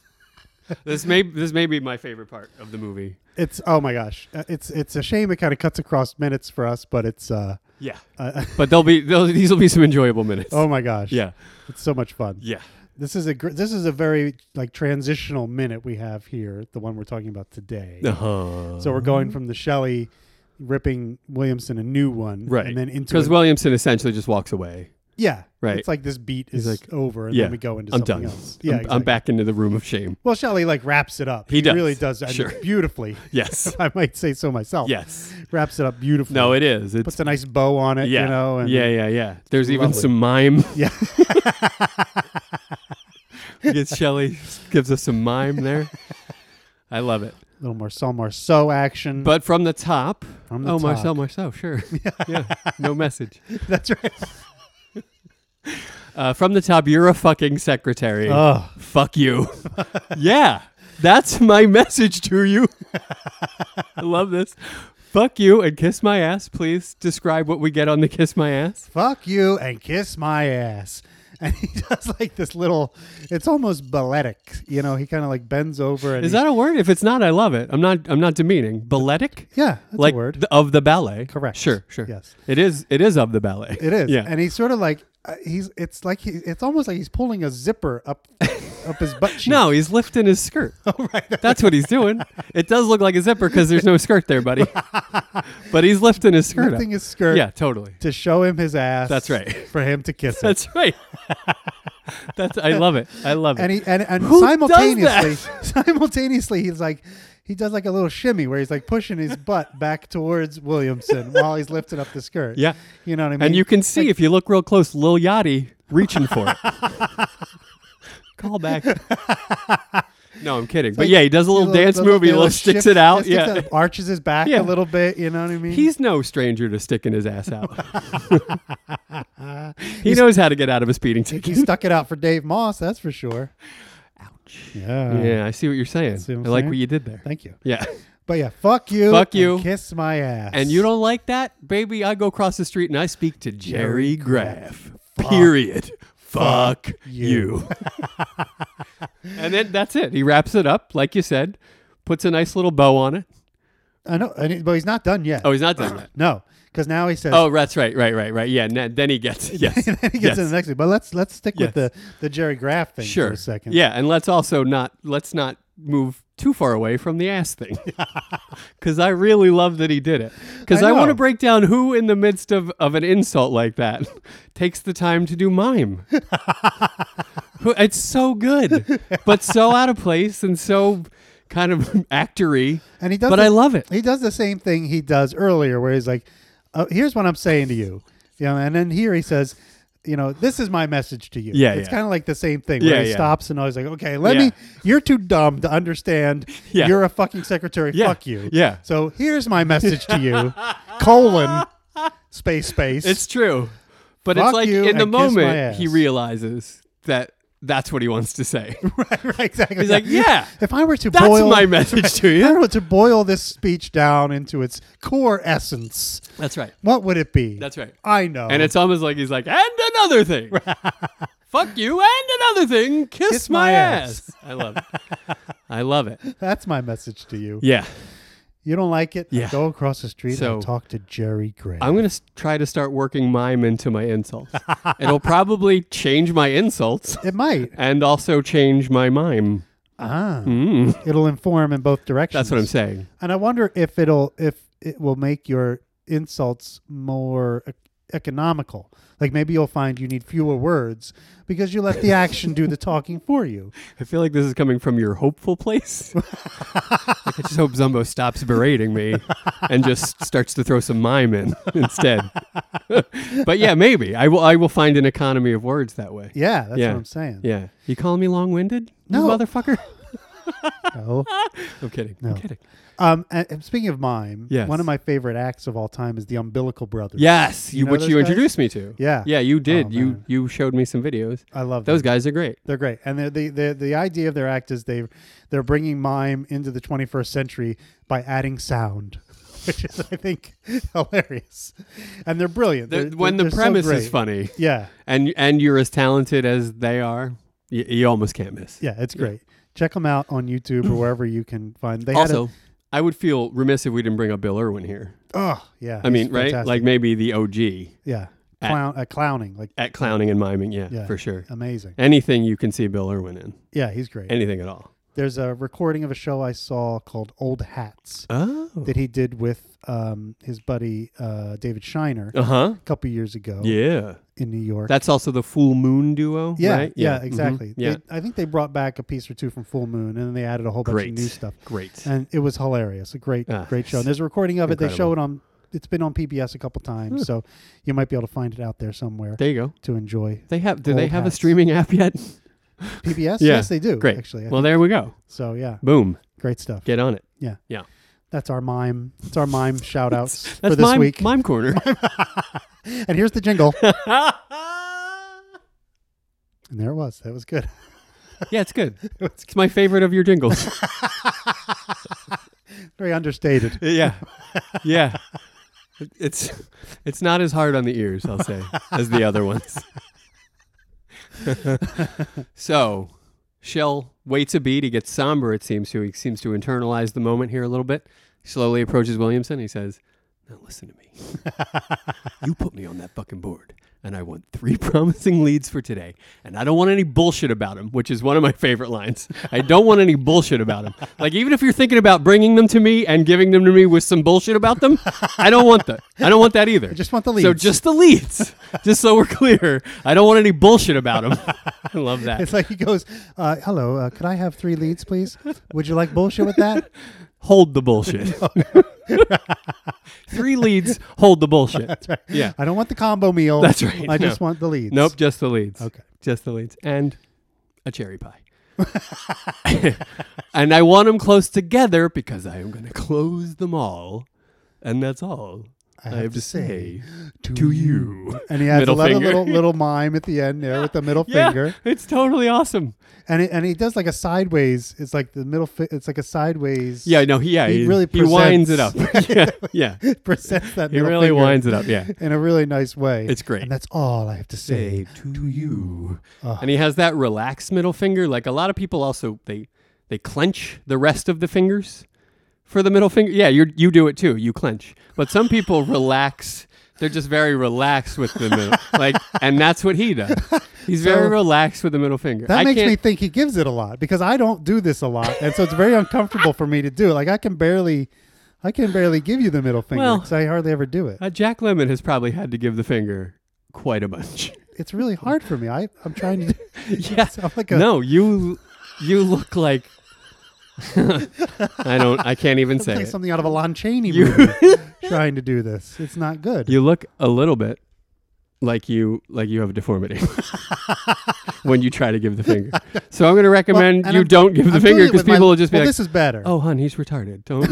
Speaker 2: this may this may be my favorite part of the movie.
Speaker 1: it's oh my gosh. Uh, It's it's a shame it kind of cuts across minutes for us, but it's uh,
Speaker 2: Yeah,
Speaker 1: uh
Speaker 2: but there'll be there'll, these will be some enjoyable minutes.
Speaker 1: oh my gosh.
Speaker 2: yeah,
Speaker 1: it's so much fun.
Speaker 2: yeah.
Speaker 1: This is a gr- this is a very like transitional minute we have here, the one we're talking about today.
Speaker 2: Uh-huh.
Speaker 1: So we're going from the Shelley ripping Williamson a new one,
Speaker 2: right,
Speaker 1: And then into
Speaker 2: because
Speaker 1: an-
Speaker 2: Williamson essentially just walks away.
Speaker 1: yeah,
Speaker 2: right.
Speaker 1: It's like this beat
Speaker 2: He's
Speaker 1: is
Speaker 2: like,
Speaker 1: over, and
Speaker 2: yeah,
Speaker 1: then we go into
Speaker 2: I'm
Speaker 1: something
Speaker 2: done.
Speaker 1: else. Yeah,
Speaker 2: I'm, I'm
Speaker 1: exactly.
Speaker 2: back into the room of shame.
Speaker 1: Well, Shelley like wraps it up.
Speaker 2: He does.
Speaker 1: really does and
Speaker 2: Sure.
Speaker 1: beautifully. *laughs*
Speaker 2: Yes,
Speaker 1: I might say so
Speaker 2: *laughs*
Speaker 1: myself.
Speaker 2: yes.
Speaker 1: wraps it up beautifully.
Speaker 2: No, it is. It's
Speaker 1: puts a nice bow on it.
Speaker 2: yeah,
Speaker 1: *laughs* you know. And
Speaker 2: yeah, yeah, yeah. There's even
Speaker 1: lovely.
Speaker 2: some mime.
Speaker 1: *laughs*
Speaker 2: *laughs*
Speaker 1: yeah.
Speaker 2: gets Shelly gives us some mime there. I love it.
Speaker 1: a little Marcel Marceau action.
Speaker 2: But from the top,
Speaker 1: From the
Speaker 2: oh Marcel
Speaker 1: top.
Speaker 2: Marceau, sure, yeah, no message.
Speaker 1: *laughs* that's right.
Speaker 2: Uh, from the top, you're a fucking secretary.
Speaker 1: Oh,
Speaker 2: Fuck you. yeah, that's my message to you.
Speaker 1: *laughs*
Speaker 2: I love this. Fuck you and kiss my ass. Please describe what we get on the kiss my ass.
Speaker 1: fuck you and kiss my ass. *laughs* And he does like this little. It's almost balletic. You know, he kind of like bends over and
Speaker 2: Is
Speaker 1: he-
Speaker 2: that a word? If it's not, I love it. I'm not. I'm not demeaning. Balletic.
Speaker 1: yeah? That's
Speaker 2: like
Speaker 1: a word.
Speaker 2: th- of the ballet.
Speaker 1: Correct.
Speaker 2: Sure. Sure.
Speaker 1: Yes.
Speaker 2: It is. It is of the ballet.
Speaker 1: It is.
Speaker 2: Yeah.
Speaker 1: And he's sort of like uh, he's. It's like he. It's almost like he's pulling a zipper up, up his butt
Speaker 2: *laughs*
Speaker 1: cheek.
Speaker 2: No, he's lifting his
Speaker 1: *laughs*
Speaker 2: skirt.
Speaker 1: Oh,
Speaker 2: That's what he's doing. It does look like a zipper because there's no skirt there,
Speaker 1: *laughs*
Speaker 2: buddy. but he's lifting his skirt.
Speaker 1: lifting
Speaker 2: up.
Speaker 1: his skirt.
Speaker 2: Yeah, totally.
Speaker 1: To show him his ass.
Speaker 2: That's right.
Speaker 1: For him
Speaker 2: *laughs*
Speaker 1: to kiss it.
Speaker 2: That's
Speaker 1: *laughs*
Speaker 2: right. That's I love it. I love it.
Speaker 1: And he and, and
Speaker 2: Who
Speaker 1: simultaneously *laughs* simultaneously he's like he does like a little shimmy where he's like pushing
Speaker 2: *laughs*
Speaker 1: his butt back towards Williamson while he's lifting up the skirt.
Speaker 2: Yeah.
Speaker 1: You know what I mean?
Speaker 2: and you can see if you look real close, Lil Yachty reaching for it.
Speaker 1: *laughs*
Speaker 2: Call back. No, I'm kidding. but
Speaker 1: like
Speaker 2: yeah, he does a little dance move. He
Speaker 1: little
Speaker 2: little sticks
Speaker 1: shim-
Speaker 2: it out.
Speaker 1: sticks
Speaker 2: Yeah.
Speaker 1: Arches his back
Speaker 2: Yeah.
Speaker 1: a little bit, you know what I mean?
Speaker 2: He's no stranger to sticking his ass out.
Speaker 1: *laughs*
Speaker 2: he knows how to get out of a speeding
Speaker 1: he
Speaker 2: ticket.
Speaker 1: stuck it out for Dave Moss, that's for sure. Ouch. Yeah.
Speaker 2: Yeah, I see what you're saying.
Speaker 1: See
Speaker 2: I
Speaker 1: what I'm
Speaker 2: like
Speaker 1: saying?
Speaker 2: what you did there.
Speaker 1: Thank you.
Speaker 2: Yeah.
Speaker 1: But yeah, fuck you.
Speaker 2: Fuck
Speaker 1: and
Speaker 2: you.
Speaker 1: kiss my ass.
Speaker 2: And you don't like that? Baby, I go across the street and I speak to Jerry
Speaker 1: Jerry
Speaker 2: Graff. Period. Fuck,
Speaker 1: *laughs*
Speaker 2: you. and then that's it. He wraps it up, like you said, puts a nice little bow on it.
Speaker 1: I know, and he- but he's not done yet.
Speaker 2: Oh, he's not done that.
Speaker 1: no, because now he says,
Speaker 2: Oh, that's right, right, right, right. Yeah, and then then he gets yes,
Speaker 1: *laughs* and then he
Speaker 2: yes.
Speaker 1: gets in the next thing. But let's let's stick with
Speaker 2: Yes.
Speaker 1: the the Jerry Graff thing
Speaker 2: sure.
Speaker 1: for a second.
Speaker 2: Yeah, and let's also not let's not move too far away from the ass thing,
Speaker 1: *laughs*
Speaker 2: because I really love that he did it. Because
Speaker 1: I
Speaker 2: I, want to
Speaker 1: know.
Speaker 2: break down who, in the midst of of an insult like that, *laughs* takes the time to do
Speaker 1: *laughs*
Speaker 2: mime. Who- it's so good, but so out of place and so kind of *laughs* actory.
Speaker 1: and he does.
Speaker 2: but
Speaker 1: the-
Speaker 2: I love it.
Speaker 1: He does the same thing he does earlier, where he's like, uh, "Here's what I'm saying to you," you know, and then here he says. You know, this is my message to you.
Speaker 2: Yeah,
Speaker 1: it's
Speaker 2: yeah.
Speaker 1: kind of like the same thing.
Speaker 2: Yeah,
Speaker 1: where he
Speaker 2: yeah.
Speaker 1: stops and I was like, "Okay, let
Speaker 2: Yeah.
Speaker 1: me. You're too dumb to understand.
Speaker 2: *laughs* Yeah.
Speaker 1: You're a fucking secretary.
Speaker 2: Yeah,
Speaker 1: Fuck you.
Speaker 2: yeah.
Speaker 1: So here's my message to you: *laughs*
Speaker 2: *laughs*
Speaker 1: colon space space.
Speaker 2: It's true. But
Speaker 1: Fuck
Speaker 2: it's like
Speaker 1: you
Speaker 2: in the
Speaker 1: and kiss my
Speaker 2: moment he
Speaker 1: ass.
Speaker 2: realizes that that's what he wants to say.
Speaker 1: *laughs*
Speaker 2: *laughs*
Speaker 1: right, right, exactly.
Speaker 2: He's like, yeah.
Speaker 1: If I were to
Speaker 2: That's
Speaker 1: boil
Speaker 2: my message to
Speaker 1: *laughs* If I
Speaker 2: you.
Speaker 1: were to boil this speech down into its core essence,
Speaker 2: That's right.
Speaker 1: what would it be?
Speaker 2: That's right.
Speaker 1: I know.
Speaker 2: And it's almost like he's like, and another *laughs* thing. Fuck you, and another thing. Kiss,
Speaker 1: Kiss
Speaker 2: my,
Speaker 1: my
Speaker 2: ass. I love it. I love it.
Speaker 1: that's my message to you.
Speaker 2: Yeah.
Speaker 1: You don't like it?
Speaker 2: Yeah.
Speaker 1: Go across the street
Speaker 2: So-
Speaker 1: and talk to Jerry Gray.
Speaker 2: I'm going to try to start working mime into my insults. It'll probably change my insults
Speaker 1: it might.
Speaker 2: and also change my mime.
Speaker 1: Ah. It'll inform in both directions.
Speaker 2: Mm. That's what I'm saying.
Speaker 1: And I wonder if it'll if it will make your insults more e- economical. Like maybe you'll find you need fewer words because
Speaker 2: *laughs*
Speaker 1: you let the action do the talking for you.
Speaker 2: I feel like this is coming from your hopeful *laughs* place. like I just hope Zumbo stops berating me and just starts to throw some mime in instead. *laughs* but yeah, maybe I will. I will find an economy of words that way.
Speaker 1: Yeah, that's
Speaker 2: Yeah.
Speaker 1: what I'm saying.
Speaker 2: Yeah. You calling me long winded?
Speaker 1: *laughs* No.
Speaker 2: motherfucker.
Speaker 1: No.
Speaker 2: I'm kidding.
Speaker 1: No.
Speaker 2: I'm kidding.
Speaker 1: Um, and and speaking of mime,
Speaker 2: Yes.
Speaker 1: one of my favorite acts of all time is the Umbilical Brothers.
Speaker 2: Yes, you,
Speaker 1: You know
Speaker 2: which
Speaker 1: those
Speaker 2: you
Speaker 1: guys?
Speaker 2: introduced me to.
Speaker 1: Yeah.
Speaker 2: Yeah, you did.
Speaker 1: Oh,
Speaker 2: you
Speaker 1: man.
Speaker 2: you showed me some videos.
Speaker 1: I love them.
Speaker 2: Those guys are great.
Speaker 1: They're great, and they're, the the the idea of their act is they they're bringing mime into the 21st century by adding sound, *laughs* which is I think *laughs* hilarious, and they're brilliant.
Speaker 2: The-
Speaker 1: They're-
Speaker 2: when
Speaker 1: they're-
Speaker 2: the
Speaker 1: they're so
Speaker 2: premise is
Speaker 1: great.
Speaker 2: funny
Speaker 1: yeah,
Speaker 2: and and you're as talented as they are, you, you almost can't miss.
Speaker 1: yeah, it's great. Check them out on YouTube or wherever you can find. They had a-
Speaker 2: Also, I would feel remiss if we didn't bring up Bill Irwin here.
Speaker 1: oh yeah,
Speaker 2: I mean,
Speaker 1: he's
Speaker 2: right?
Speaker 1: fantastic.
Speaker 2: Like maybe the OG
Speaker 1: yeah, clown uh, clowning like
Speaker 2: at clowning and miming. Yeah,
Speaker 1: Yeah.
Speaker 2: for sure.
Speaker 1: amazing.
Speaker 2: Anything you can see Bill Irwin in,
Speaker 1: Yeah, he's great.
Speaker 2: anything at all.
Speaker 1: There's a recording of a show I saw called Old Hats
Speaker 2: Oh.
Speaker 1: that he did with um, his buddy uh, David Shiner
Speaker 2: Uh huh.
Speaker 1: a couple years ago
Speaker 2: Yeah.
Speaker 1: in New York.
Speaker 2: That's also the Full Moon duo,
Speaker 1: Yeah,
Speaker 2: right?
Speaker 1: yeah,
Speaker 2: Mhm.
Speaker 1: exactly.
Speaker 2: Yeah.
Speaker 1: They, I think they brought back a piece or two from Full Moon, and then they added a whole bunch
Speaker 2: Great.
Speaker 1: of new stuff,
Speaker 2: Great.
Speaker 1: and it was hilarious. A great,
Speaker 2: Ah,
Speaker 1: great show. And there's a recording of it. They show
Speaker 2: incredible.
Speaker 1: it on. It's been on PBS a couple times, so you might be able to find it out there somewhere
Speaker 2: There you go. *laughs*
Speaker 1: to enjoy.
Speaker 2: They have. Do they
Speaker 1: Old
Speaker 2: have a
Speaker 1: hats.
Speaker 2: streaming app yet?
Speaker 1: PBS,
Speaker 2: Yeah,
Speaker 1: yes, they do.
Speaker 2: Great.
Speaker 1: actually. I
Speaker 2: well, there we go.
Speaker 1: think. so yeah,
Speaker 2: Boom.
Speaker 1: great stuff.
Speaker 2: Get on it.
Speaker 1: That's our mime. It's our mime shout outs for
Speaker 2: That's
Speaker 1: this
Speaker 2: mime,
Speaker 1: week.
Speaker 2: mime
Speaker 1: *laughs*
Speaker 2: corner. *laughs*
Speaker 1: And here's the jingle. and there it was. That was good. *laughs*
Speaker 2: yeah, it's good. It's my favorite of your jingles.
Speaker 1: Very understated.
Speaker 2: *laughs* yeah, yeah. It's it's not as hard on the ears, I'll say, as the other ones. so, Shell waits a beat. He gets somber. It seems to he seems to internalize the moment here a little bit. He slowly approaches Williamson. He says, "Now listen to me.
Speaker 1: *laughs*
Speaker 2: you put me on that fucking board." And I want three *laughs* promising leads for today. And I don't want any bullshit about them, which is one of my favorite lines. I don't want any bullshit about them. Like, even if you're thinking about bringing them to me and giving them to me with some bullshit about them, I don't want that. I don't want that either. I
Speaker 1: just want the
Speaker 2: So,
Speaker 1: leads.
Speaker 2: just the leads. just so we're clear, I don't want any bullshit about
Speaker 1: *laughs*
Speaker 2: them. I love that.
Speaker 1: It's like he goes, uh, "Hello, uh, could I have three leads, please? Would you like bullshit with that?"
Speaker 2: hold the bullshit. *laughs* Three leads, hold the bullshit. *laughs* That's right. Yeah.
Speaker 1: I don't want the combo meal.
Speaker 2: That's right, no.
Speaker 1: I just want the leads.
Speaker 2: Nope, just the leads.
Speaker 1: Okay.
Speaker 2: Just the leads. And a cherry pie. *laughs* and I want them close together because I am going to close them all. And that's all I have, to say
Speaker 1: to,
Speaker 2: to you.
Speaker 1: And he has a
Speaker 2: Middle
Speaker 1: little,
Speaker 2: finger.
Speaker 1: little little mime at the end there with the middle
Speaker 2: Yeah,
Speaker 1: finger,
Speaker 2: it's totally awesome.
Speaker 1: and it, and he does like a sideways. It's like the middle. Fi- it's like a sideways.
Speaker 2: Yeah, no, he, yeah,
Speaker 1: He
Speaker 2: he,
Speaker 1: really
Speaker 2: he winds it up.
Speaker 1: presents-
Speaker 2: yeah, *laughs* yeah.
Speaker 1: *laughs* presents that.
Speaker 2: He
Speaker 1: middle
Speaker 2: really
Speaker 1: finger
Speaker 2: winds it up. Yeah.
Speaker 1: in a really nice way.
Speaker 2: It's great.
Speaker 1: and that's all I have to Ah. say.
Speaker 2: to you.
Speaker 1: Ugh.
Speaker 2: And he has that relaxed middle finger. Like a lot of people also they they clench the rest of the fingers for the middle finger. Yeah, you you do it too. You clench. But some people relax. They're just very relaxed with the middle. like and that's what he does. He's
Speaker 1: So,
Speaker 2: very relaxed with the middle finger.
Speaker 1: That
Speaker 2: I
Speaker 1: makes
Speaker 2: can't,
Speaker 1: me think he gives it a lot because I don't do this a lot, and so it's very uncomfortable for me to do. Like I can barely, I can barely give you the middle finger
Speaker 2: Well-
Speaker 1: because I hardly ever do it.
Speaker 2: uh, Jack Lemon has probably had to give the finger quite a
Speaker 1: *laughs*
Speaker 2: bunch. *laughs*
Speaker 1: It's really hard for me. I I'm trying to. *laughs*
Speaker 2: yes.
Speaker 1: I'm like a
Speaker 2: No, you you look like *laughs* I don't I can't even say
Speaker 1: like
Speaker 2: it.
Speaker 1: something out of a Lon Chaney
Speaker 2: You-
Speaker 1: movie
Speaker 2: *laughs*
Speaker 1: trying to do this. It's not good.
Speaker 2: You look a little bit like you like you have a deformity *laughs* when you try to give the finger. So I'm going to recommend
Speaker 1: and
Speaker 2: you
Speaker 1: I'm-
Speaker 2: don't give the
Speaker 1: I'm doing
Speaker 2: finger
Speaker 1: it
Speaker 2: because
Speaker 1: with my-
Speaker 2: people will just be
Speaker 1: well,
Speaker 2: like,
Speaker 1: "This is better."
Speaker 2: "Oh, hon, he's retarded." Don't.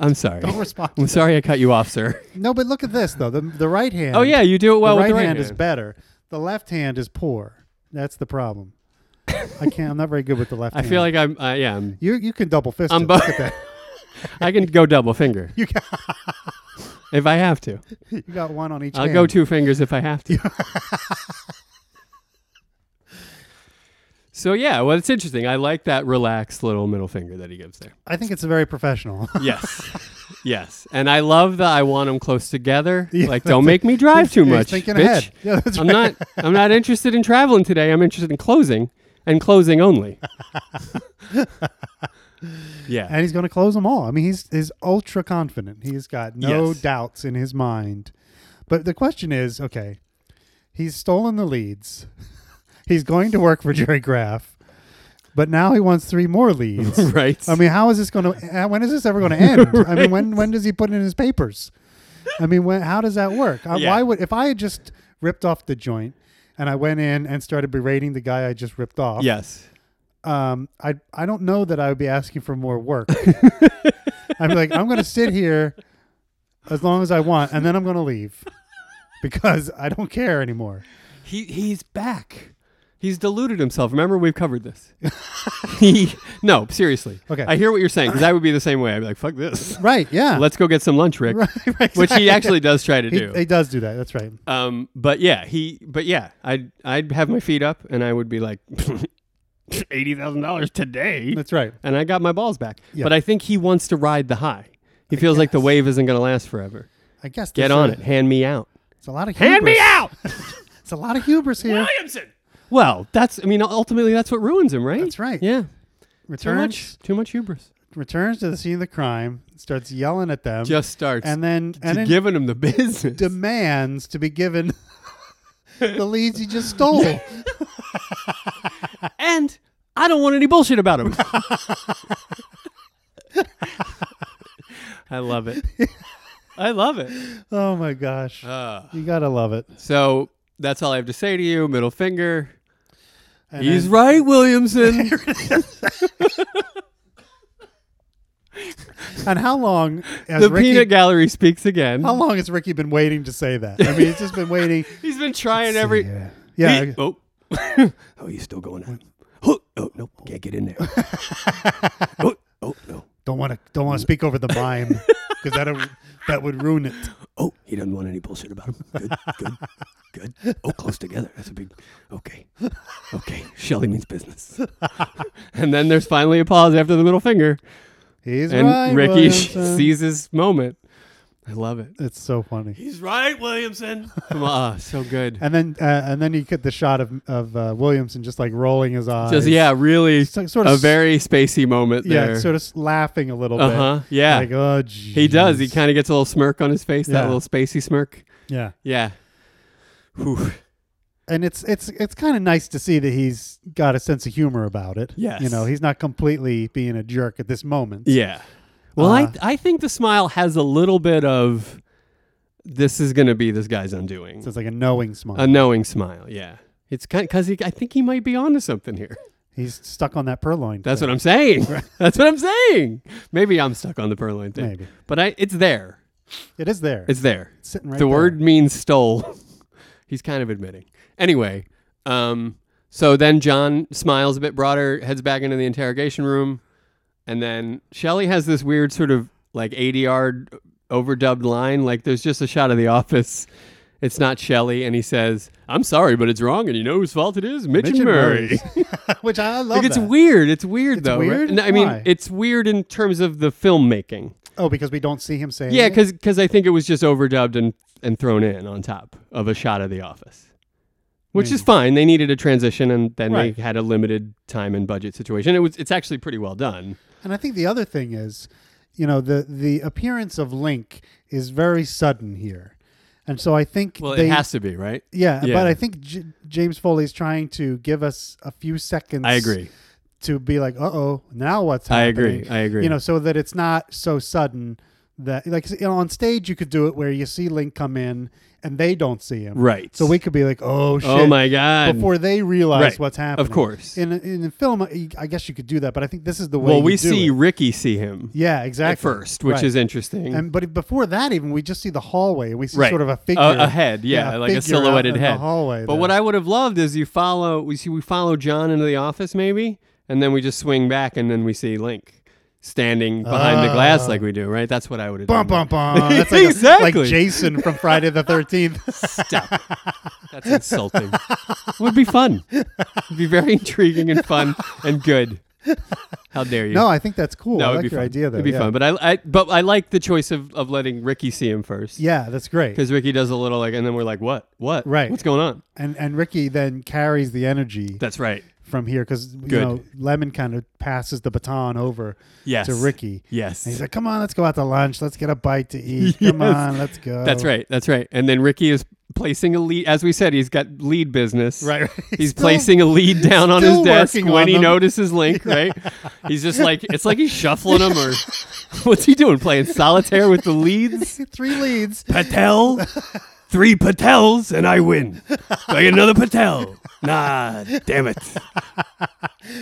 Speaker 2: I'm sorry.
Speaker 1: *laughs* don't respond.
Speaker 2: I'm sorry I cut you off, sir.
Speaker 1: No, but look at this though. The the right hand.
Speaker 2: Oh yeah, you do it well
Speaker 1: the
Speaker 2: with
Speaker 1: right,
Speaker 2: the right
Speaker 1: hand, is better. The left hand is poor. That's the problem. I can't. I'm not very good with the left.
Speaker 2: *laughs* I
Speaker 1: hand.
Speaker 2: feel like I'm. I
Speaker 1: *laughs*
Speaker 2: am.
Speaker 1: you you can double fist.
Speaker 2: I'm
Speaker 1: it.
Speaker 2: bo-
Speaker 1: Look at that. *laughs*
Speaker 2: I can go double finger.
Speaker 1: You *laughs* got,
Speaker 2: If I have to,
Speaker 1: you got one on each.
Speaker 2: I'll
Speaker 1: hand.
Speaker 2: go two fingers if I have
Speaker 1: *laughs*
Speaker 2: to. so yeah, well, it's interesting. I like that relaxed little middle finger that he gives there.
Speaker 1: I think it's very professional.
Speaker 2: Yes. *laughs* yes. And I love that I want them close together.
Speaker 1: Yeah,
Speaker 2: like, don't make me drive too
Speaker 1: *laughs* He's
Speaker 2: much.
Speaker 1: Thinking
Speaker 2: bitch.
Speaker 1: ahead. Yeah, that's
Speaker 2: I'm
Speaker 1: right.
Speaker 2: not I'm not interested in traveling today. I'm interested in closing and closing
Speaker 1: *laughs*
Speaker 2: only. *laughs* yeah.
Speaker 1: And he's going to close them all. I mean, he's he's ultra confident. He's got no
Speaker 2: Yes.
Speaker 1: doubts in his mind. But the question is, okay, he's stolen the leads. *laughs* he's going to work for Jerry Graff, but now he wants three more leads.
Speaker 2: *laughs* right.
Speaker 1: I mean, how is this going to? When is this ever going
Speaker 2: *laughs*
Speaker 1: to end? I mean, when when does he put it in his papers? I mean, when, how does that work? I,
Speaker 2: Yeah.
Speaker 1: Why would if I had just ripped off the joint and I went in and started berating the guy I just ripped off?
Speaker 2: yes.
Speaker 1: um, I I don't know that I would be asking for more
Speaker 2: *laughs*
Speaker 1: work. I'd be like, I'm going to sit here as long as I want, and then I'm going to leave because I don't care anymore.
Speaker 2: He he's back. He's deluded himself. Remember, we've covered this. *laughs* he no, seriously.
Speaker 1: Okay.
Speaker 2: I hear what you're saying because I would be the same way. I'd be like, "Fuck this.
Speaker 1: Right? Yeah.
Speaker 2: Let's go get some lunch, Rick."
Speaker 1: *laughs* right, right,
Speaker 2: Which
Speaker 1: exactly.
Speaker 2: he actually does try to
Speaker 1: *laughs* he,
Speaker 2: do.
Speaker 1: he does do that. That's right.
Speaker 2: um, but yeah, he. But yeah, I'd I'd have my feet up and I would be like, *laughs* eighty thousand dollars today,
Speaker 1: That's right.
Speaker 2: and I got my balls back.
Speaker 1: Yeah.
Speaker 2: But I think he wants to ride the high. He feels like the
Speaker 1: guess.
Speaker 2: wave isn't going to last forever.
Speaker 1: I guess
Speaker 2: Get
Speaker 1: there's
Speaker 2: on
Speaker 1: a-
Speaker 2: it. Hand me out.
Speaker 1: It's a lot of hubris.
Speaker 2: Hand me out,
Speaker 1: It's a lot of hubris here.
Speaker 2: Williamson. Well, that's. I mean, ultimately, that's what ruins him, right?
Speaker 1: That's right.
Speaker 2: Yeah. Too
Speaker 1: Returns
Speaker 2: much. Too much hubris.
Speaker 1: returns to the scene of the crime, starts yelling at them,
Speaker 2: Just starts
Speaker 1: and then
Speaker 2: to
Speaker 1: and then
Speaker 2: giving him the business.
Speaker 1: demands to be given *laughs* the leads he just
Speaker 2: *laughs*
Speaker 1: stole.
Speaker 2: and I don't want any bullshit about *laughs* him. I love it. I love it.
Speaker 1: oh my gosh. you gotta love it.
Speaker 2: so that's all I have to say to you. Middle finger.
Speaker 1: And
Speaker 2: He's
Speaker 1: then-
Speaker 2: right, Williamson.
Speaker 1: *laughs* and how long has
Speaker 2: the
Speaker 1: Ricky
Speaker 2: peanut gallery speaks again.
Speaker 1: how long has Ricky been waiting to say that? I mean, he's just
Speaker 2: *laughs*
Speaker 1: been waiting.
Speaker 2: He's been trying every.
Speaker 1: yeah.
Speaker 2: He-
Speaker 1: Yeah.
Speaker 2: oh. oh, *laughs* you still going on? Oh, oh no, can't get *laughs* in there. oh, oh no.
Speaker 1: Don't want to don't want to speak over the
Speaker 2: *laughs*
Speaker 1: mime because that that would ruin it.
Speaker 2: Oh, he doesn't want any bullshit about him. Good, good, good. Oh, close together. That's a big. Okay, okay. Shelly means business. *laughs* and then there's finally a pause after the middle finger,
Speaker 1: He's
Speaker 2: and
Speaker 1: right,
Speaker 2: Ricky
Speaker 1: Williamson.
Speaker 2: sees his moment. I love it.
Speaker 1: It's so funny.
Speaker 2: He's right, Williamson. Come *laughs* on, so good.
Speaker 1: And then uh, and then you get the shot of of uh, Williamson just like rolling his eyes.
Speaker 2: Just yeah, really
Speaker 1: Uh, So- sort
Speaker 2: a
Speaker 1: of
Speaker 2: very spacey moment
Speaker 1: yeah,
Speaker 2: there.
Speaker 1: sort of laughing a little
Speaker 2: uh huh.
Speaker 1: bit.
Speaker 2: Yeah,
Speaker 1: Like, oh,
Speaker 2: he does. He
Speaker 1: jeez.
Speaker 2: kind of gets a little smirk on his face.
Speaker 1: Yeah.
Speaker 2: That little spacey smirk.
Speaker 1: Yeah.
Speaker 2: Yeah. Whew.
Speaker 1: and it's it's it's kind of nice to see that he's got a sense of humor about it.
Speaker 2: Yes.
Speaker 1: you know he's not completely being a jerk at this moment.
Speaker 2: Yeah. Well,
Speaker 1: Uh,
Speaker 2: I I think the smile has a little bit of this is going to be this guy's undoing.
Speaker 1: So it's like a knowing smile.
Speaker 2: A knowing smile. Yeah. It's kind because I think he might be onto something here. *laughs*
Speaker 1: he's stuck on that purloin.
Speaker 2: That's what I'm
Speaker 1: *laughs*
Speaker 2: saying. That's what I'm saying. Maybe I'm stuck on the purloin thing,
Speaker 1: Maybe.
Speaker 2: but I it's there.
Speaker 1: it is there.
Speaker 2: It's there.
Speaker 1: It's sitting right
Speaker 2: the
Speaker 1: there.
Speaker 2: word means stole. *laughs* He's kind of admitting. Anyway, um, so then John smiles a bit broader, heads back into the interrogation room, and then Shelley has this weird sort of like 80 yard overdubbed line. Like there's just a shot of the office. It's not Shelley, and he says, "I'm sorry, but it's wrong, and you know whose fault it is, Mitch, and
Speaker 1: Mitch and
Speaker 2: Murray." *laughs*
Speaker 1: Murray's. *laughs* which I love.
Speaker 2: like it's
Speaker 1: that.
Speaker 2: weird. It's weird
Speaker 1: It's
Speaker 2: though. right?
Speaker 1: weird?
Speaker 2: No, I mean,
Speaker 1: Why?
Speaker 2: it's weird in terms of the filmmaking.
Speaker 1: oh, because we don't see him saying.
Speaker 2: Yeah,
Speaker 1: it?
Speaker 2: because I think it was just overdubbed and and thrown in on top of a shot of The Office, which is fine. They needed a transition, and then
Speaker 1: Hmm. Right.
Speaker 2: they had a limited time and budget situation. It was it's actually pretty well done.
Speaker 1: and I think the other thing is, you know, the the appearance of Link is very sudden here, and so I think
Speaker 2: Well,
Speaker 1: they,
Speaker 2: it has to be right.
Speaker 1: Yeah,
Speaker 2: Yeah.
Speaker 1: but I think J- James Foley's trying to give us a few seconds.
Speaker 2: I agree.
Speaker 1: to be like, uh oh, now what's
Speaker 2: I
Speaker 1: happening?
Speaker 2: agree. I agree.
Speaker 1: You know, so that it's not so sudden that, like, you know, on stage you could do it where you see Link come in and they don't see him.
Speaker 2: right.
Speaker 1: So we could be like, oh shit.
Speaker 2: Oh my god.
Speaker 1: Before they realize
Speaker 2: Right.
Speaker 1: what's happening.
Speaker 2: course.
Speaker 1: In in the film, I I guess you could do that, but I think this is the way.
Speaker 2: well,
Speaker 1: you
Speaker 2: we
Speaker 1: do
Speaker 2: see
Speaker 1: it.
Speaker 2: Ricky see him
Speaker 1: Yeah,
Speaker 2: at
Speaker 1: exactly.
Speaker 2: first, which
Speaker 1: Right.
Speaker 2: is interesting.
Speaker 1: And but before that, even we just see the hallway and we see
Speaker 2: Right.
Speaker 1: sort of a figure,
Speaker 2: a, a head, yeah, like a
Speaker 1: figure out
Speaker 2: silhouetted
Speaker 1: in
Speaker 2: head.
Speaker 1: The hallway.
Speaker 2: But what I would have loved is you follow. We see we follow John into the office, maybe, and then we just swing back, and then we see Link standing behind the glass
Speaker 1: Ah.
Speaker 2: like we do, right? That's what I would have
Speaker 1: bum
Speaker 2: done.
Speaker 1: bum
Speaker 2: *laughs*
Speaker 1: bum. That's like a-
Speaker 2: Exactly.
Speaker 1: like Jason from Friday the Thirteenth.
Speaker 2: Stop. it. That's insulting. it would be fun. It'd be very intriguing and fun and good. How dare you?
Speaker 1: No, I think that's cool.
Speaker 2: That
Speaker 1: I
Speaker 2: would
Speaker 1: like
Speaker 2: be
Speaker 1: your
Speaker 2: fun.
Speaker 1: idea there.
Speaker 2: It'd be
Speaker 1: yeah.
Speaker 2: fun, but I, I, but I like the choice of, of letting Ricky see him first.
Speaker 1: Yeah, that's great.
Speaker 2: Because Ricky does a little like, and then we're like, what, what,
Speaker 1: Right.
Speaker 2: What's going on?
Speaker 1: And and Ricky then carries the energy
Speaker 2: That's right.
Speaker 1: from here because you
Speaker 2: Good.
Speaker 1: know Lemon kind of passes the baton over
Speaker 2: Yes.
Speaker 1: to Ricky.
Speaker 2: Yes.
Speaker 1: And he's like, "Come on, let's go out to lunch. Let's get a bite to
Speaker 2: *laughs*
Speaker 1: eat. Come
Speaker 2: Yes.
Speaker 1: on, let's go."
Speaker 2: That's right. That's right. And then Ricky is placing a lead. As we said, he's got lead business.
Speaker 1: *laughs* Right. right.
Speaker 2: *laughs* He's
Speaker 1: still-
Speaker 2: placing a lead *laughs* down on his
Speaker 1: still
Speaker 2: desk
Speaker 1: working
Speaker 2: when
Speaker 1: on
Speaker 2: he
Speaker 1: them.
Speaker 2: notices *laughs* Link. Right. He's just like it's like he's shuffling them *laughs* or what's he doing? Playing solitaire with the leads?
Speaker 1: three leads.
Speaker 2: Patel. three patels and I win. Do I get another patel? Nah, damn it.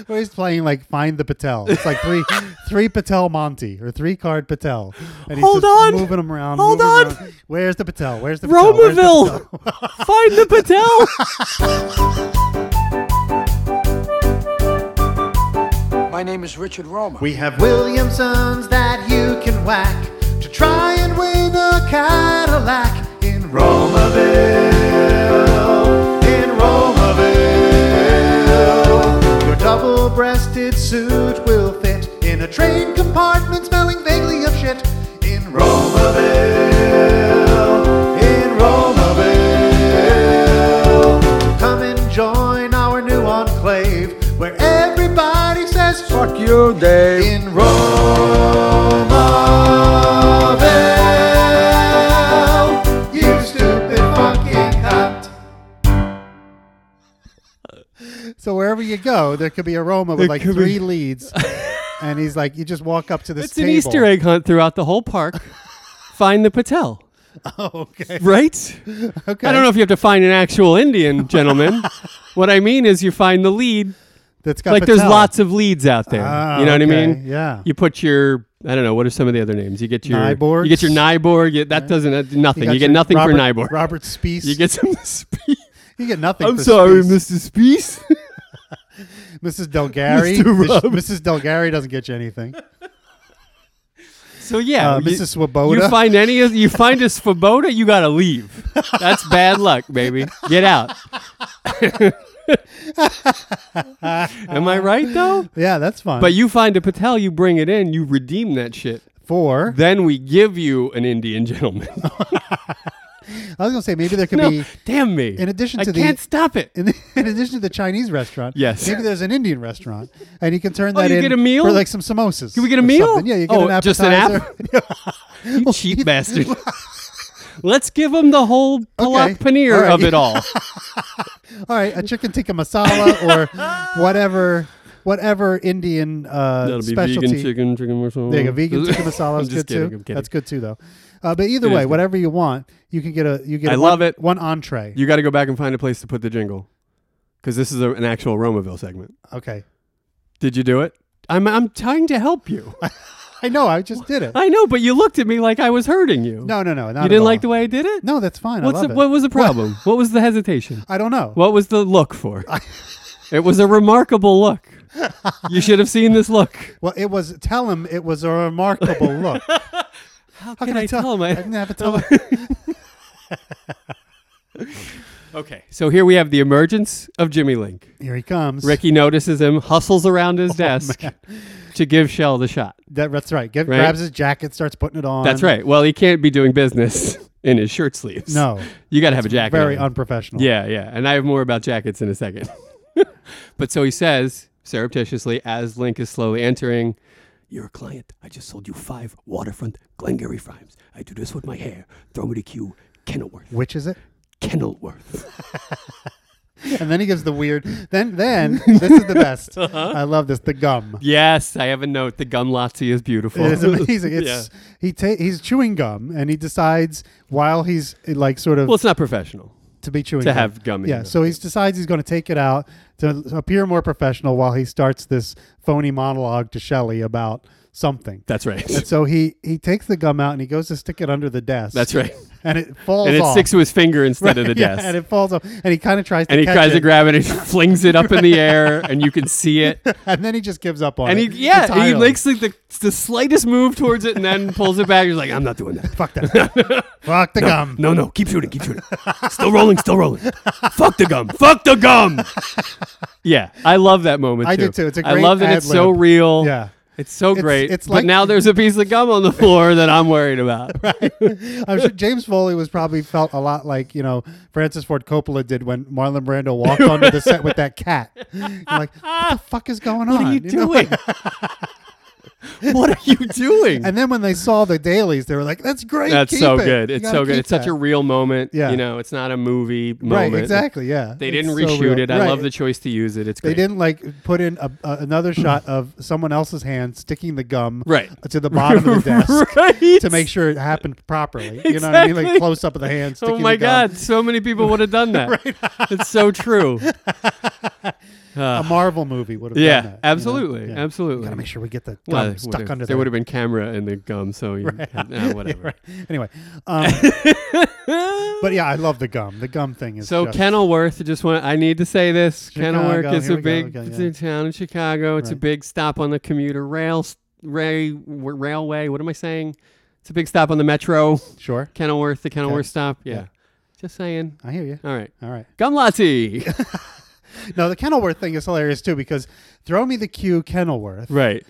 Speaker 1: Where he's playing like find the Patel. It's like
Speaker 2: *laughs*
Speaker 1: three three Patel Monty or three card Patel. And he's
Speaker 2: Hold
Speaker 1: just
Speaker 2: on.
Speaker 1: moving them around.
Speaker 2: Hold
Speaker 1: moving 'em
Speaker 2: on.
Speaker 1: around. Where's the Patel? Where's the Patel? Where's the
Speaker 2: Romaville, find the *laughs* patel.
Speaker 3: My name is Richard Roma.
Speaker 1: We have Williamsons that you can whack to try and win a Cadillac in Romaville. In Romaville, your double-breasted suit will fit in a train compartment smelling vaguely of shit. In Romaville. In Romaville, come and join our new enclave where everybody says fuck you
Speaker 3: you, Dave.
Speaker 1: in Romaville. You stupid fucking cunt. So wherever you go, there could be a Roma with
Speaker 2: There
Speaker 1: like
Speaker 2: could
Speaker 1: three
Speaker 2: be- *laughs*
Speaker 1: leads, and he's like, you just walk up to this
Speaker 2: It's an
Speaker 1: table.
Speaker 2: Easter egg hunt throughout the whole park. Find the patel.
Speaker 1: Oh, *laughs* okay. *laughs*
Speaker 2: Right?
Speaker 1: Okay.
Speaker 2: I don't know if you have to find an actual Indian,
Speaker 1: *laughs*
Speaker 2: gentlemen. what I mean is you find the lead.
Speaker 1: That's got
Speaker 2: Like there's
Speaker 1: Patel.
Speaker 2: lots of leads out there.
Speaker 1: Ah,
Speaker 2: you know what I
Speaker 1: okay,
Speaker 2: mean?
Speaker 1: yeah.
Speaker 2: You put your I don't know, what are some of the other names? You get your
Speaker 1: Nyborgs?
Speaker 2: You get your Nyborg, you, that doesn't that- nothing. You,
Speaker 1: got
Speaker 2: get
Speaker 1: your
Speaker 2: nothing
Speaker 1: Robert,
Speaker 2: for Nyborg.
Speaker 1: Robert Speece.
Speaker 2: You get some
Speaker 1: *laughs*
Speaker 2: Spies.
Speaker 1: you get nothing.
Speaker 2: I'm
Speaker 1: for
Speaker 2: sorry,
Speaker 1: Speece.
Speaker 2: Mr.
Speaker 1: *laughs*
Speaker 2: Spies.
Speaker 1: Mrs. Delgari.
Speaker 2: Mr. Rob.
Speaker 1: Mrs. Delgari doesn't get you anything.
Speaker 2: so *laughs* yeah,
Speaker 1: Uh,
Speaker 2: you-
Speaker 1: Mrs. Swoboda.
Speaker 2: You find any of you find a Svoboda, you gotta leave. That's bad luck, baby. Get
Speaker 1: *laughs*
Speaker 2: out. *laughs* Am I right though?
Speaker 1: Yeah, that's fine.
Speaker 2: But you find a Patel, you bring it in, you redeem that shit. *laughs*
Speaker 1: four.
Speaker 2: Then we give you an Indian gentleman. *laughs*
Speaker 1: I was gonna say maybe there could
Speaker 2: no,
Speaker 1: be
Speaker 2: damn me.
Speaker 1: in addition to
Speaker 2: I
Speaker 1: the-
Speaker 2: can't stop it.
Speaker 1: in, *laughs* in addition to the Chinese restaurant.
Speaker 2: Yes. Oh,
Speaker 1: maybe there's an Indian restaurant, and you can turn that
Speaker 2: you
Speaker 1: in
Speaker 2: get a meal?
Speaker 1: for like some samosas. Can
Speaker 2: we get a meal?
Speaker 1: Yeah, you get
Speaker 2: Oh,
Speaker 1: an appetizer.
Speaker 2: just an app?
Speaker 1: you *laughs*
Speaker 2: Cheap bastard. Let's give him the whole palak
Speaker 1: Okay.
Speaker 2: paneer
Speaker 1: All right.
Speaker 2: of it
Speaker 1: *laughs*
Speaker 2: all.
Speaker 1: *laughs* All right, a chicken tikka masala
Speaker 2: *laughs*
Speaker 1: or whatever, whatever Indian uh,
Speaker 2: That'll be
Speaker 1: specialty.
Speaker 2: vegan chicken, chicken masala.
Speaker 1: There you
Speaker 2: *laughs*
Speaker 1: go. Vegan tikka masala
Speaker 2: I'm
Speaker 1: is
Speaker 2: just
Speaker 1: good
Speaker 2: kidding,
Speaker 1: too.
Speaker 2: I'm kidding.
Speaker 1: That's good too, though. Uh, but either
Speaker 2: It is
Speaker 1: way,
Speaker 2: good.
Speaker 1: whatever you want, you can get a you get.
Speaker 2: I
Speaker 1: one,
Speaker 2: love it.
Speaker 1: One entree.
Speaker 2: You got to go back and find a place to put the jingle, because this is a, an actual Romaville segment.
Speaker 1: okay,
Speaker 2: Did you do it? I'm I'm trying to help
Speaker 1: *laughs*
Speaker 2: you.
Speaker 1: I know. I just did it.
Speaker 2: I know, but you looked at me like I was hurting you.
Speaker 1: No, no, no. Not
Speaker 2: you didn't like the way I did it.
Speaker 1: No, that's fine.
Speaker 2: What's
Speaker 1: I love
Speaker 2: the,
Speaker 1: it.
Speaker 2: what was the problem? what was the hesitation?
Speaker 1: I don't know.
Speaker 2: What was the look for? it was a remarkable look. You should have seen this look.
Speaker 1: Well, it was tell him it was
Speaker 2: *laughs*
Speaker 1: a remarkable look. How
Speaker 2: How,
Speaker 1: can I tell
Speaker 2: him? I-
Speaker 1: I didn't have
Speaker 2: *laughs*
Speaker 1: to tell him.
Speaker 2: okay, so here we have the emergence of Jimmy Link.
Speaker 1: Here he comes.
Speaker 2: Ricky notices him, hustles around his
Speaker 1: Oh,
Speaker 2: desk to give Shell the shot.
Speaker 1: That, that's right. Get,
Speaker 2: Right?
Speaker 1: Grabs his jacket, starts putting it on.
Speaker 2: That's right. Well, he can't be doing business in his shirt sleeves. *laughs*
Speaker 1: No.
Speaker 2: you got to have a jacket.
Speaker 1: Very
Speaker 2: on.
Speaker 1: unprofessional.
Speaker 2: Yeah, yeah. And I have more about jackets in a second. *laughs* but so he says surreptitiously as Link is slowly entering, You're a client. I just sold you five waterfront Glengarry Frames. I do this with my hair. Throw me the cue. Kenilworth.
Speaker 1: Which is it? *laughs*
Speaker 2: Kenilworth.
Speaker 1: And then he gives the weird.
Speaker 2: *laughs*
Speaker 1: Then, then this is the best.
Speaker 2: Uh-huh.
Speaker 1: I love this. The gum.
Speaker 2: yes, I have a note. The gum Lotzi is beautiful. *laughs*
Speaker 1: It's amazing. It's he ta- he's chewing gum and he decides while he's like sort of
Speaker 2: Well, it's not professional.
Speaker 1: to be chewing
Speaker 2: to
Speaker 1: gum.
Speaker 2: have gum in
Speaker 1: Yeah,
Speaker 2: it.
Speaker 1: so he decides he's going to take it out to appear more professional while he starts this phony monologue to Shelley about something.
Speaker 2: That's right.
Speaker 1: And so he he takes the gum out and he goes to stick it under the
Speaker 2: *laughs*
Speaker 1: desk.
Speaker 2: That's right.
Speaker 1: And it falls
Speaker 2: And it
Speaker 1: off.
Speaker 2: sticks to his finger instead of the
Speaker 1: *laughs* Yeah,
Speaker 2: desk.
Speaker 1: and it falls off. And he kind of tries to
Speaker 2: and he
Speaker 1: catch
Speaker 2: tries
Speaker 1: it,
Speaker 2: to grab it and *laughs* he flings it up in the air and you can see it.
Speaker 1: *laughs* and then he just gives up on
Speaker 2: And he
Speaker 1: it.
Speaker 2: yeah, and he
Speaker 1: entirely.
Speaker 2: makes like the, the slightest move towards it and then pulls it back. He's like, I'm not doing that. *laughs*
Speaker 1: fuck that. fuck the gum.
Speaker 2: No, no, keep shooting, keep shooting. Still rolling, still rolling. Fuck the gum. Fuck the gum. yeah, I love that moment.
Speaker 1: I
Speaker 2: too.
Speaker 1: do too. It's a
Speaker 2: I
Speaker 1: great
Speaker 2: love that it's so
Speaker 1: ad-lib.
Speaker 2: real.
Speaker 1: Yeah.
Speaker 2: It's so great.
Speaker 1: it's
Speaker 2: but
Speaker 1: like-
Speaker 2: now there's a piece of gum on the
Speaker 1: *laughs*
Speaker 2: floor that I'm worried about.
Speaker 1: I'm sure James Foley was probably felt a lot like you know Francis Ford Coppola did when Marlon Brando walked onto the set with that cat. You're like, what the fuck is going on? *laughs*
Speaker 2: What are you doing? What
Speaker 1: know?
Speaker 2: are you doing?
Speaker 1: And then when they saw the dailies, they were like, "That's great.
Speaker 2: That's
Speaker 1: keep
Speaker 2: so
Speaker 1: it.
Speaker 2: good.
Speaker 1: You
Speaker 2: It's
Speaker 1: gotta
Speaker 2: so good.
Speaker 1: keep
Speaker 2: It's such
Speaker 1: that."
Speaker 2: a real moment.
Speaker 1: Yeah.
Speaker 2: You know, it's not a movie moment.
Speaker 1: right, exactly. Yeah,
Speaker 2: They
Speaker 1: It's
Speaker 2: didn't
Speaker 1: so
Speaker 2: reshoot
Speaker 1: real.
Speaker 2: it. I
Speaker 1: Right.
Speaker 2: love the choice to use it. It's
Speaker 1: They
Speaker 2: great.
Speaker 1: didn't like put in a, a,
Speaker 2: *laughs*
Speaker 1: another shot of someone else's hand sticking the gum
Speaker 2: Right.
Speaker 1: to the bottom
Speaker 2: *laughs*
Speaker 1: of the desk
Speaker 2: right.
Speaker 1: to make sure it happened properly. You know what I mean? Like
Speaker 2: Exactly.
Speaker 1: close up of the hand. Sticking
Speaker 2: Oh my
Speaker 1: the gum.
Speaker 2: God! So many people would have
Speaker 1: *laughs*
Speaker 2: done that. It's so true.
Speaker 1: A Marvel movie would have
Speaker 2: Yeah,
Speaker 1: done that.
Speaker 2: absolutely, absolutely.
Speaker 1: Gotta make sure we get the gum
Speaker 2: Well, it
Speaker 1: stuck
Speaker 2: would've-
Speaker 1: under
Speaker 2: there
Speaker 1: there.
Speaker 2: would
Speaker 1: *laughs*
Speaker 2: have been camera in the gum, so you had- ah, whatever. *laughs*
Speaker 1: Anyway, um, but yeah, I love the gum. The gum thing is
Speaker 2: So
Speaker 1: just,
Speaker 2: Kenilworth, just want I need to say this. Kenilworth
Speaker 1: Chicago,
Speaker 2: is
Speaker 1: here
Speaker 2: a
Speaker 1: we go,
Speaker 2: big
Speaker 1: okay,
Speaker 2: it's
Speaker 1: yeah.
Speaker 2: a town in Chicago. It's a
Speaker 1: Right.
Speaker 2: big stop on the commuter rail s- ray, w- railway. What am I saying? It's a big stop on the metro.
Speaker 1: sure.
Speaker 2: Kenilworth, the Kenilworth
Speaker 1: Okay.
Speaker 2: stop. Yeah.
Speaker 1: Yeah.
Speaker 2: just saying.
Speaker 1: I hear you.
Speaker 2: All right,
Speaker 1: All right. *laughs*
Speaker 2: Gumlotti.
Speaker 1: No, the Kenilworth thing is hilarious too because throw me the cue Kenilworth,
Speaker 2: right,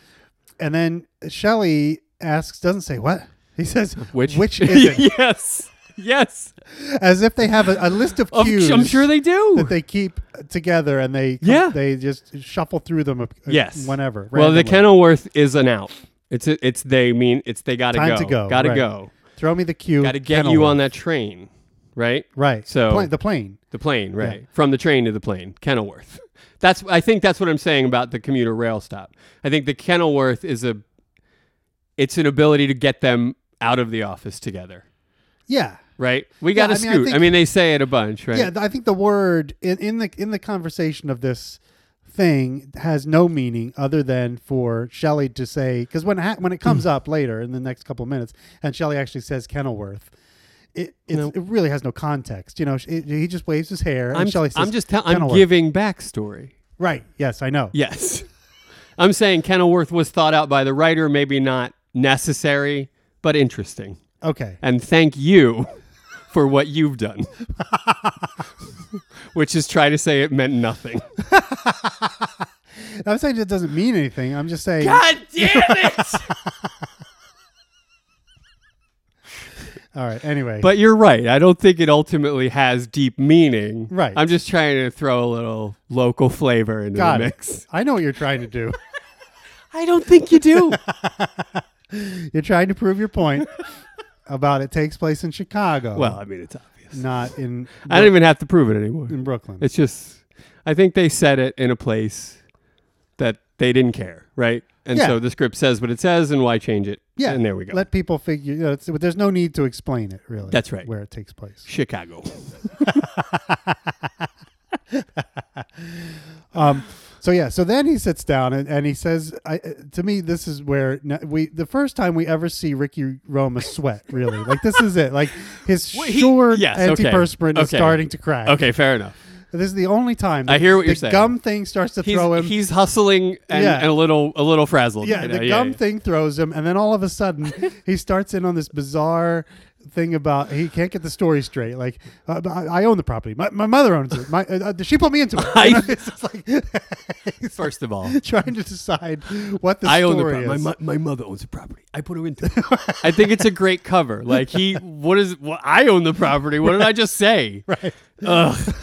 Speaker 1: and then Shelley asks, doesn't say what he says,
Speaker 2: which *laughs*
Speaker 1: which is it?
Speaker 2: yes, yes.
Speaker 1: as if they have a, a list of
Speaker 2: Of-
Speaker 1: cues.
Speaker 2: I'm sure they do.
Speaker 1: that they keep together and they
Speaker 2: Yeah.
Speaker 1: they just shuffle through them uh,
Speaker 2: Yes.
Speaker 1: whenever
Speaker 2: well, the
Speaker 1: randomly.
Speaker 2: Kenilworth is an out. It's a, it's they mean it's they gotta
Speaker 1: Time
Speaker 2: go.
Speaker 1: to go,
Speaker 2: Gotta
Speaker 1: right.
Speaker 2: go.
Speaker 1: throw me the cue
Speaker 2: Gotta get you on that train. Right.
Speaker 1: right
Speaker 2: So-
Speaker 1: Pla- the plane
Speaker 2: The plane, right? From the train to the plane, Kenilworth. That's I think that's what I'm saying about the commuter rail stop. I think the Kenilworth is a it's an ability to get them out of the office together,
Speaker 1: yeah
Speaker 2: right? We
Speaker 1: Yeah,
Speaker 2: got to
Speaker 1: I mean, I
Speaker 2: scoot. I mean,
Speaker 1: think-
Speaker 2: they say it a bunch, right?
Speaker 1: yeah th- I think the word in, in the in the conversation of this thing has no meaning other than for Shelley to say because when it ha- when it
Speaker 2: Mm.
Speaker 1: comes up later in the next couple of minutes and Shelley actually says Kenilworth. It, it's,
Speaker 2: No.
Speaker 1: it really has no context, you know. sh- It, he just waves his hair,
Speaker 2: I'm,
Speaker 1: and Shelley says,
Speaker 2: I'm just tell, I'm
Speaker 1: "Kenilworth."
Speaker 2: giving backstory.
Speaker 1: right. Yes, I know.
Speaker 2: Yes. I'm saying Kenilworth was thought out by the writer, maybe not necessary, but interesting.
Speaker 1: Okay,
Speaker 2: And thank you *laughs* for what you've done. *laughs* Which is try to say it meant nothing.
Speaker 1: I'm saying it doesn't mean anything. I'm just saying.
Speaker 2: God damn it!
Speaker 1: All right. Anyway,
Speaker 2: *laughs* but you're right. I don't think it ultimately has deep meaning.
Speaker 1: Right.
Speaker 2: I'm just trying to throw a little local flavor into
Speaker 1: Got
Speaker 2: the
Speaker 1: it.
Speaker 2: mix.
Speaker 1: I know what you're trying to do. *laughs*
Speaker 2: I don't think you do.
Speaker 1: You're trying to prove your point about it takes place in Chicago,
Speaker 2: *laughs* well, I mean, it's obvious.
Speaker 1: not in
Speaker 2: I don't even have to prove it anymore.
Speaker 1: in Brooklyn.
Speaker 2: It's just, I think they said it in a place that they didn't care, right? And
Speaker 1: Yeah.
Speaker 2: so the script says what it says, and why change it?
Speaker 1: yeah,
Speaker 2: And there we go.
Speaker 1: Let people figure. You know, it's, there's no need to explain it, really.
Speaker 2: That's right.
Speaker 1: Where it takes place. *laughs*
Speaker 2: Chicago.
Speaker 1: Um. So yeah. So then he sits down and, and he says, I, uh, "To me, this is where n- we the first time we ever see Ricky Roma sweat.
Speaker 2: *laughs*
Speaker 1: Really, like this is it. Like his
Speaker 2: Well, he-
Speaker 1: short
Speaker 2: yes, okay.
Speaker 1: antiperspirant is
Speaker 2: Okay.
Speaker 1: starting to crack.
Speaker 2: Okay, fair enough.
Speaker 1: This is the only time.
Speaker 2: I hear what
Speaker 1: the
Speaker 2: you're saying.
Speaker 1: Gum thing starts to
Speaker 2: He's,
Speaker 1: throw him.
Speaker 2: he's hustling and,
Speaker 1: Yeah.
Speaker 2: and a little a little frazzled.
Speaker 1: yeah,
Speaker 2: you know,
Speaker 1: the gum
Speaker 2: yeah.
Speaker 1: thing throws him, and then all of a sudden he starts in on this bizarre thing about he can't get the story straight. Like, uh, I I own the property. My, my mother owns it. My uh, uh, she put me into
Speaker 2: *laughs*
Speaker 1: it. You know, *laughs* it's just like
Speaker 2: First of all,
Speaker 1: *laughs* trying to decide what the
Speaker 2: I own the
Speaker 1: story
Speaker 2: property. My,
Speaker 1: is.
Speaker 2: mo- my mother owns the property. I put her into
Speaker 1: *laughs*
Speaker 2: it. I think it's a great cover. Like he, what is? What, I own the property. What did I just
Speaker 1: *laughs*
Speaker 2: say? Right. Ugh.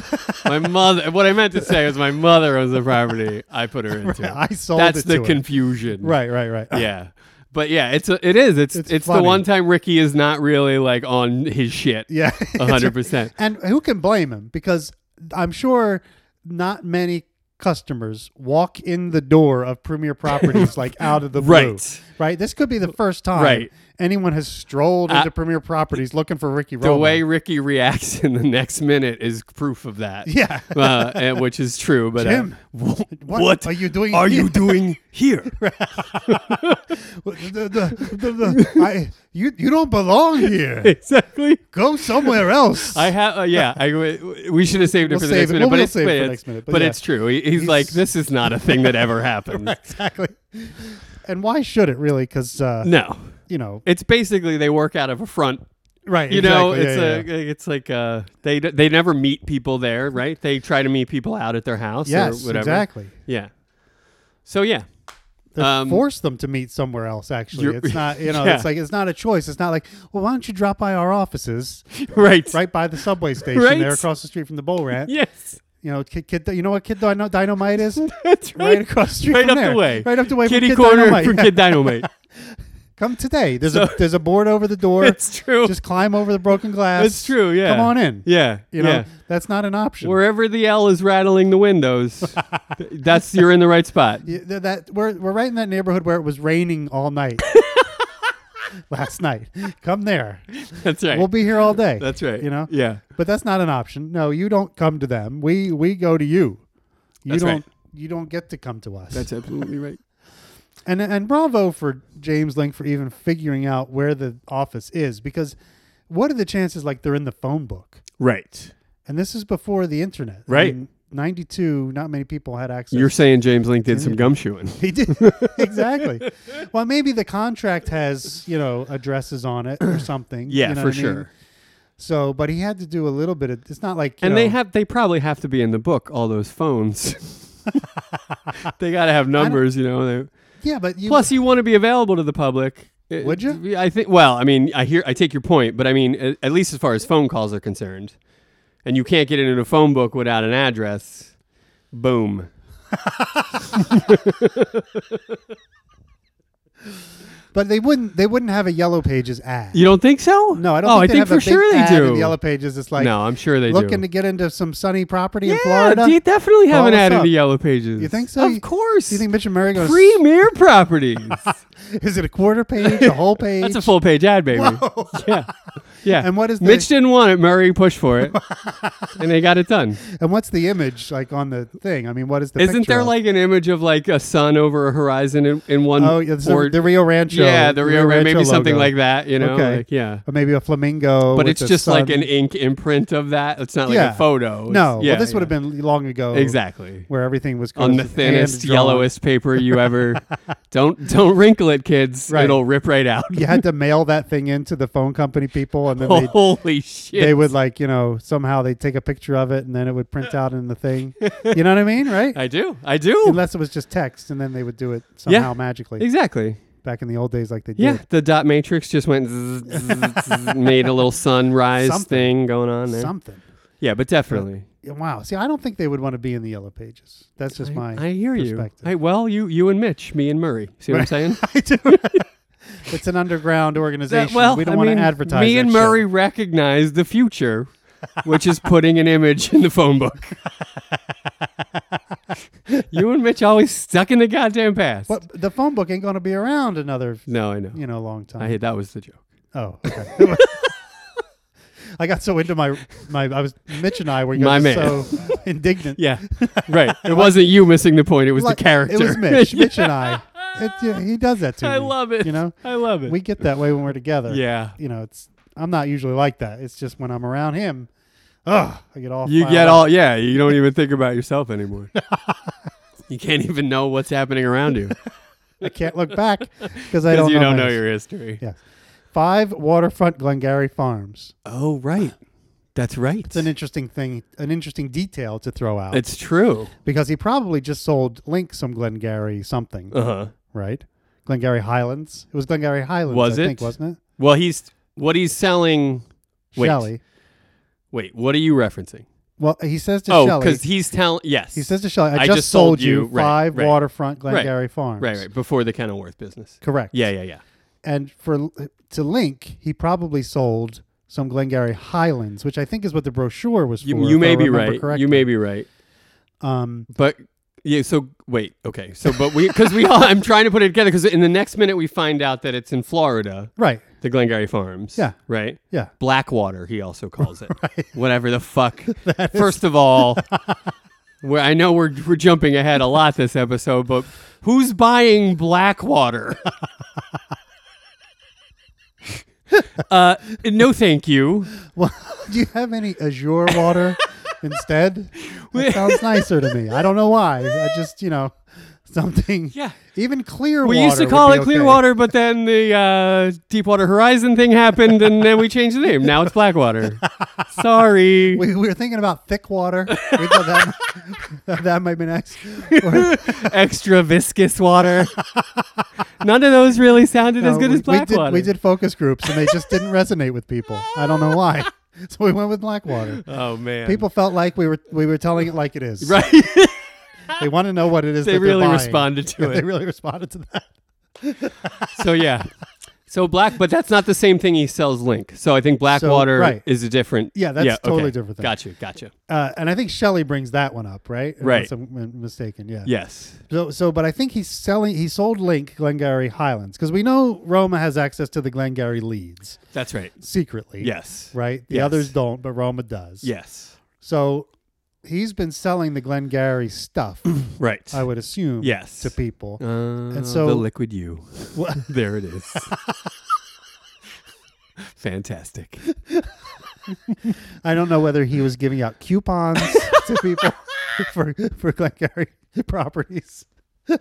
Speaker 2: My mother. What I meant to say was my mother owns the property. I put
Speaker 1: *laughs*
Speaker 2: her into
Speaker 1: Right,
Speaker 2: it.
Speaker 1: I sold
Speaker 2: That's
Speaker 1: it
Speaker 2: the
Speaker 1: to her.
Speaker 2: confusion.
Speaker 1: right, right, right.
Speaker 2: Yeah. But yeah, it's a, it is. It's it's,
Speaker 1: It's
Speaker 2: the
Speaker 1: funny.
Speaker 2: one time Ricky is not really like on his shit.
Speaker 1: *laughs* Yeah, *laughs*
Speaker 2: A hundred percent.
Speaker 1: And who can blame him? Because I'm sure not many customers walk in the door of
Speaker 2: *laughs*
Speaker 1: Premier Properties like out of the blue.
Speaker 2: Right.
Speaker 1: Right? This could be the first time
Speaker 2: Right.
Speaker 1: anyone has strolled into
Speaker 2: Uh,
Speaker 1: Premier Properties looking for Ricky
Speaker 2: The
Speaker 1: Roma.
Speaker 2: way Ricky reacts in the next minute is proof of that.
Speaker 1: *laughs* Yeah.
Speaker 2: Uh, and, which is true. But uh, *laughs*
Speaker 1: Jim,
Speaker 2: what,
Speaker 1: what are you doing
Speaker 2: Are
Speaker 1: here?
Speaker 2: you doing here?
Speaker 1: *laughs* The- the- the- the- I- you, you don't
Speaker 2: *laughs*
Speaker 1: belong here.
Speaker 2: *laughs* exactly.
Speaker 1: Go somewhere else. *laughs*
Speaker 2: I have, uh, yeah. I, we should have saved it
Speaker 1: We'll
Speaker 2: for the
Speaker 1: save
Speaker 2: next
Speaker 1: it.
Speaker 2: minute,
Speaker 1: Well,
Speaker 2: but
Speaker 1: we'll
Speaker 2: it's,
Speaker 1: save it
Speaker 2: but
Speaker 1: for
Speaker 2: it's-
Speaker 1: next minute, but
Speaker 2: but
Speaker 1: yeah.
Speaker 2: it's true. He- He's, like, this is not a thing that
Speaker 1: *laughs*
Speaker 2: ever happened.
Speaker 1: exactly. And why should it really? Because, uh,
Speaker 2: No,
Speaker 1: you know,
Speaker 2: it's basically they work out of a front.
Speaker 1: right.
Speaker 2: You know,
Speaker 1: exactly.
Speaker 2: it's
Speaker 1: Yeah, yeah,
Speaker 2: a, it's like uh, they d- they never meet people there, right? They try to meet people out at their house
Speaker 1: yeah.
Speaker 2: or
Speaker 1: Yes,
Speaker 2: whatever.
Speaker 1: exactly.
Speaker 2: Yeah. So yeah, *laughs*
Speaker 1: They
Speaker 2: Um,
Speaker 1: force them to meet somewhere else. Actually,
Speaker 2: You're- *laughs*
Speaker 1: it's not you know
Speaker 2: Yeah.
Speaker 1: it's like it's not a choice. It's not like well, why don't you drop by our offices
Speaker 2: right.
Speaker 1: right by the subway
Speaker 2: *laughs*
Speaker 1: station
Speaker 2: Right.
Speaker 1: there across the street from the bull rat?
Speaker 2: Yes.
Speaker 1: you know, kid, kid you know what kid Dino-
Speaker 2: *laughs*
Speaker 1: dynamite is?
Speaker 2: That's
Speaker 1: *laughs* right across the street
Speaker 2: Right
Speaker 1: from
Speaker 2: up
Speaker 1: there.
Speaker 2: the way.
Speaker 1: Right up the way from
Speaker 2: Kitty
Speaker 1: Kid
Speaker 2: corner
Speaker 1: Dynamite.
Speaker 2: from Kid
Speaker 1: *laughs*
Speaker 2: Dynamite.
Speaker 1: Come today. There's a there's a board over the
Speaker 2: *laughs*
Speaker 1: door.
Speaker 2: It's true.
Speaker 1: Just climb over the broken glass.
Speaker 2: That's true. Yeah.
Speaker 1: Come on in.
Speaker 2: Yeah.
Speaker 1: You know,
Speaker 2: yeah.
Speaker 1: that's not an option.
Speaker 2: Wherever the L is rattling the windows,
Speaker 1: *laughs*
Speaker 2: th- that's you're in the right spot.
Speaker 1: Yeah, th- that we're we're right in that neighborhood where it was raining
Speaker 2: *laughs*
Speaker 1: all night. Last night. Come there.
Speaker 2: *laughs* That's right.
Speaker 1: We'll be here all day.
Speaker 2: *laughs* that's right.
Speaker 1: You know?
Speaker 2: Yeah.
Speaker 1: But that's not an option. No, you don't come to them. We we go to you. You
Speaker 2: That's
Speaker 1: don't
Speaker 2: right.
Speaker 1: you don't get to come to us.
Speaker 2: That's absolutely right.
Speaker 1: and and bravo for James Link for even figuring out where the office is because what are the chances like they're in the phone book?
Speaker 2: Right.
Speaker 1: And this is before the internet. I
Speaker 2: Right.
Speaker 1: mean, 92 not many people had access. *laughs*
Speaker 2: You're saying James Link did some gumshoeing.
Speaker 1: he did exactly. Well, maybe the contract has you know addresses on it or something.
Speaker 2: Yeah,
Speaker 1: you know
Speaker 2: for
Speaker 1: what I mean?
Speaker 2: sure.
Speaker 1: So, but he had to do a little bit of. It's not like you
Speaker 2: And they
Speaker 1: know,
Speaker 2: have they probably have to be in the book all those phones.
Speaker 1: *laughs*
Speaker 2: they got to have numbers, you know. They,
Speaker 1: Yeah, but you,
Speaker 2: plus you want to be available to the public. It-
Speaker 1: Would you?
Speaker 2: I think well, I mean, I hear I take your point, but I mean a- at, least as far as phone calls are concerned. And you can't get into a phone book without an address. Boom.
Speaker 1: but they wouldn't. They wouldn't have a yellow pages ad.
Speaker 2: You don't think so?
Speaker 1: no, I don't.
Speaker 2: Oh,
Speaker 1: think
Speaker 2: I
Speaker 1: they
Speaker 2: think
Speaker 1: have
Speaker 2: for
Speaker 1: a big
Speaker 2: sure they
Speaker 1: ad
Speaker 2: do.
Speaker 1: In the yellow pages, it's like
Speaker 2: no, I'm sure they
Speaker 1: looking
Speaker 2: do.
Speaker 1: to get into some sunny property in
Speaker 2: yeah,
Speaker 1: Florida.
Speaker 2: they definitely have
Speaker 1: Call
Speaker 2: an
Speaker 1: us
Speaker 2: ad in
Speaker 1: up.
Speaker 2: the yellow pages.
Speaker 1: You think so?
Speaker 2: Of
Speaker 1: You-
Speaker 2: course.
Speaker 1: do you think Mitch and Mary goes?
Speaker 2: premier properties?
Speaker 1: *laughs* Is it a quarter page, a whole
Speaker 2: *laughs*
Speaker 1: page?
Speaker 2: That's a full page ad, baby.
Speaker 1: Whoa.
Speaker 2: *laughs* Yeah. Yeah.
Speaker 1: And what is the-
Speaker 2: Mitch didn't want it. Murray pushed for
Speaker 1: *laughs*
Speaker 2: it. and they got it done.
Speaker 1: And what's the image like on the thing? I mean, what is the?
Speaker 2: Isn't
Speaker 1: picture
Speaker 2: there
Speaker 1: of?
Speaker 2: like an image of like a sun over a horizon in, in one?
Speaker 1: Oh, yeah, so
Speaker 2: or-
Speaker 1: the Rio Rancho.
Speaker 2: yeah, the Rio, Grande, maybe something
Speaker 1: logo.
Speaker 2: like that. You know,
Speaker 1: Okay.
Speaker 2: like, yeah.
Speaker 1: Or maybe a flamingo.
Speaker 2: But
Speaker 1: with
Speaker 2: it's
Speaker 1: the
Speaker 2: just like
Speaker 1: sun.
Speaker 2: an ink imprint of that. It's not like
Speaker 1: Yeah.
Speaker 2: a photo. It's-
Speaker 1: No,
Speaker 2: yeah,
Speaker 1: well, this would have
Speaker 2: yeah.
Speaker 1: been long ago.
Speaker 2: exactly
Speaker 1: Where everything was
Speaker 2: on the
Speaker 1: hand-drawn.
Speaker 2: thinnest, yellowest paper you
Speaker 1: *laughs*
Speaker 2: ever. don't don't wrinkle it, kids.
Speaker 1: Right.
Speaker 2: It'll rip right out.
Speaker 1: You had to mail that thing in to the phone company people,
Speaker 2: *laughs*
Speaker 1: and then they
Speaker 2: Holy shit!
Speaker 1: they would like you know somehow they would take a picture of it, and then it would print out in
Speaker 2: *laughs*
Speaker 1: the thing. You know what I mean, right?
Speaker 2: I do. I do.
Speaker 1: Unless it was just text, and then they would do it somehow magically
Speaker 2: exactly.
Speaker 1: back in the old days, like they
Speaker 2: Yeah,
Speaker 1: did.
Speaker 2: the dot matrix just went zzz, zzz,
Speaker 1: *laughs*
Speaker 2: zzz, made a little sunrise
Speaker 1: Something.
Speaker 2: thing going on there.
Speaker 1: Something.
Speaker 2: yeah, but definitely.
Speaker 1: Yeah, Wow. See, I don't think they would want to be in the yellow pages. That's just my.
Speaker 2: I *laughs* hear you.
Speaker 1: perspective.
Speaker 2: Hey, well, you you and Mitch, me and Murray. See what I'm saying?
Speaker 1: *laughs* I do. it's an underground organization.
Speaker 2: That- well,
Speaker 1: we don't
Speaker 2: I
Speaker 1: want
Speaker 2: mean,
Speaker 1: to advertise.
Speaker 2: Me
Speaker 1: that
Speaker 2: and
Speaker 1: shit.
Speaker 2: Murray recognize the future, which is putting an image in the phone
Speaker 1: *laughs*
Speaker 2: book. you and Mitch always stuck in the goddamn past.
Speaker 1: But the phone book ain't going to be around another,
Speaker 2: No, I know.
Speaker 1: you know, long time.
Speaker 2: I hate that was the joke. *laughs*
Speaker 1: oh. okay. *laughs* I got so into my my. I was Mitch and I were
Speaker 2: My
Speaker 1: just
Speaker 2: man.
Speaker 1: so *laughs* indignant.
Speaker 2: Yeah, *laughs* right. It wasn't you missing the point. It was
Speaker 1: Like,
Speaker 2: the character.
Speaker 1: It
Speaker 2: *laughs*
Speaker 1: was Mitch. Mitch and I. It, yeah, he does that to
Speaker 2: I
Speaker 1: me,
Speaker 2: love it.
Speaker 1: You know,
Speaker 2: I love it.
Speaker 1: we get that way when we're together.
Speaker 2: yeah.
Speaker 1: You know, it's. I'm not usually like that. It's just when I'm around him. Ugh, I get all.
Speaker 2: You
Speaker 1: fired
Speaker 2: get
Speaker 1: up.
Speaker 2: all yeah. You don't even think about yourself anymore. *laughs* you can't even know what's happening around *laughs* you
Speaker 1: I can't
Speaker 2: *laughs*
Speaker 1: look back because
Speaker 2: because
Speaker 1: I don't
Speaker 2: you
Speaker 1: know
Speaker 2: don't
Speaker 1: my
Speaker 2: know
Speaker 1: history.
Speaker 2: your history.
Speaker 1: Yes. Five waterfront Glengarry Farms.
Speaker 2: Oh right, that's right.
Speaker 1: It's an interesting thing, an interesting detail to throw out
Speaker 2: It's true.
Speaker 1: because he probably just sold Link some Glengarry something,
Speaker 2: Uh huh.
Speaker 1: right? Glengarry Highlands. It was Glengarry Highlands,
Speaker 2: Was
Speaker 1: I
Speaker 2: it?
Speaker 1: think, wasn't
Speaker 2: Well, he's what he's selling.
Speaker 1: it?
Speaker 2: Wait.
Speaker 1: Shelley.
Speaker 2: Wait, what are you referencing?
Speaker 1: Well, he says to
Speaker 2: Oh,
Speaker 1: Shelley,
Speaker 2: because he's telling. Yes,
Speaker 1: he says to Shelley, I,
Speaker 2: I
Speaker 1: just, sold, you
Speaker 2: right,
Speaker 1: five
Speaker 2: right.
Speaker 1: waterfront Glengarry Farms.
Speaker 2: right, right before the Kenilworth business.
Speaker 1: Correct.
Speaker 2: Yeah, yeah, yeah.
Speaker 1: And for to Link, he probably sold some Glengarry Highlands, which I think is what the brochure was for.
Speaker 2: You, you
Speaker 1: if I
Speaker 2: may be
Speaker 1: remember
Speaker 2: right.
Speaker 1: correctly.
Speaker 2: You may be right.
Speaker 1: Um,
Speaker 2: But yeah, so wait, okay, so but we because we all I'm trying to put it together because in the next minute we find out that it's in Florida,
Speaker 1: right.
Speaker 2: the Glengarry Farms.
Speaker 1: Yeah.
Speaker 2: right.
Speaker 1: Yeah. *laughs*
Speaker 2: Blackwater, he also calls it. Whatever the fuck. First of
Speaker 1: *laughs*
Speaker 2: all, we I know we're, we're jumping ahead a lot this episode, but who's buying Blackwater?
Speaker 1: *laughs*
Speaker 2: uh, no, thank you.
Speaker 1: Well, do you have any Azure
Speaker 2: *laughs*
Speaker 1: water instead? That sounds nicer to me. I don't know why. I just, you know, something.
Speaker 2: Yeah.
Speaker 1: Even clear
Speaker 2: We
Speaker 1: water.
Speaker 2: used to
Speaker 1: would
Speaker 2: call
Speaker 1: be
Speaker 2: it
Speaker 1: okay.
Speaker 2: Clearwater, but then the uh, Deepwater Horizon thing happened, and then we changed the name. Now it's
Speaker 1: *laughs*
Speaker 2: Blackwater. Sorry.
Speaker 1: We, we were thinking about thick water. We thought
Speaker 2: *laughs*
Speaker 1: that, that might *laughs* be nice. Or-
Speaker 2: Extra viscous water. None of those really sounded as
Speaker 1: no,
Speaker 2: good
Speaker 1: we,
Speaker 2: as Blackwater. *laughs*
Speaker 1: We did, we did focus groups and they just didn't resonate with people. I don't know why. *laughs* so we went with Blackwater.
Speaker 2: Oh man,
Speaker 1: People felt like we were we were telling it like it is.
Speaker 2: right?
Speaker 1: They want to know what it
Speaker 2: *laughs*
Speaker 1: is.
Speaker 2: they
Speaker 1: that they're
Speaker 2: really
Speaker 1: buying. *laughs*
Speaker 2: responded to
Speaker 1: They
Speaker 2: it.
Speaker 1: really responded to that.
Speaker 2: So yeah, so black, but that's not the same thing he sells Link. So I think Blackwater
Speaker 1: right.
Speaker 2: is a different.
Speaker 1: Yeah, that's totally
Speaker 2: okay.
Speaker 1: different thing.
Speaker 2: Gotcha, gotcha.
Speaker 1: Uh, and I think Shelley brings that one up, right?
Speaker 2: Right.
Speaker 1: Unless I'm mistaken. Yeah.
Speaker 2: Yes,
Speaker 1: So, so, but I think he's selling. He sold Link Glengarry Highlands because we know Roma has access to the Glengarry leads
Speaker 2: that's right.
Speaker 1: secretly.
Speaker 2: Yes,
Speaker 1: Right. The
Speaker 2: Yes.
Speaker 1: others don't, but Roma does.
Speaker 2: Yes,
Speaker 1: So he's been selling the Glengarry
Speaker 2: *clears throat*
Speaker 1: stuff.
Speaker 2: right.
Speaker 1: I would assume.
Speaker 2: Yes.
Speaker 1: To people.
Speaker 2: uh, and
Speaker 1: so-
Speaker 2: the liquid you.
Speaker 1: Wha-
Speaker 2: *laughs* there it
Speaker 1: *laughs*
Speaker 2: is. Fantastic.
Speaker 1: I don't know whether he was giving
Speaker 2: *laughs*
Speaker 1: out coupons to people *laughs* for for Glengarry *laughs* properties,
Speaker 2: I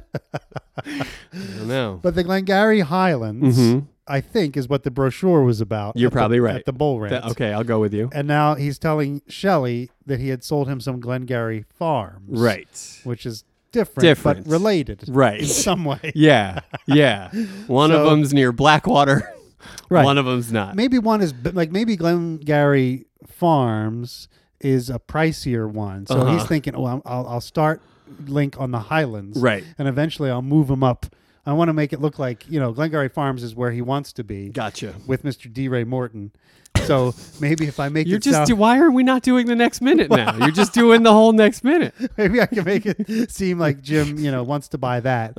Speaker 2: don't know.
Speaker 1: but the Glengarry Highlands,
Speaker 2: Mhm.
Speaker 1: I think, is what the brochure was about.
Speaker 2: You're
Speaker 1: at the-
Speaker 2: probably right.
Speaker 1: at the bull ranch.
Speaker 2: That- okay, I'll go with you.
Speaker 1: And now he's telling Shelley that he had sold him some Glengarry Farms,
Speaker 2: Right.
Speaker 1: Which is different,
Speaker 2: Different.
Speaker 1: but related,
Speaker 2: Right.
Speaker 1: In
Speaker 2: *laughs*
Speaker 1: some way,
Speaker 2: Yeah.
Speaker 1: *laughs*
Speaker 2: Yeah. One of
Speaker 1: So-
Speaker 2: them's near Blackwater.
Speaker 1: *laughs* Right.
Speaker 2: One of them's not.
Speaker 1: maybe one is b- like maybe Glengarry Farms is a pricier one, so he's
Speaker 2: Uh-huh.
Speaker 1: thinking, oh, I'm, I'll, I'll start Link on the Highlands,
Speaker 2: Right.
Speaker 1: and eventually I'll move him up. I want to make it look like you know Glengarry Farms is where he wants to be
Speaker 2: Gotcha.
Speaker 1: with Mr. D. Ray Morton. So maybe if I make
Speaker 2: You're
Speaker 1: it
Speaker 2: just.
Speaker 1: sound-
Speaker 2: why are we not doing the next minute now? You're just doing the whole next minute.
Speaker 1: *laughs* Maybe I can make it seem like Jim, you know, wants to buy that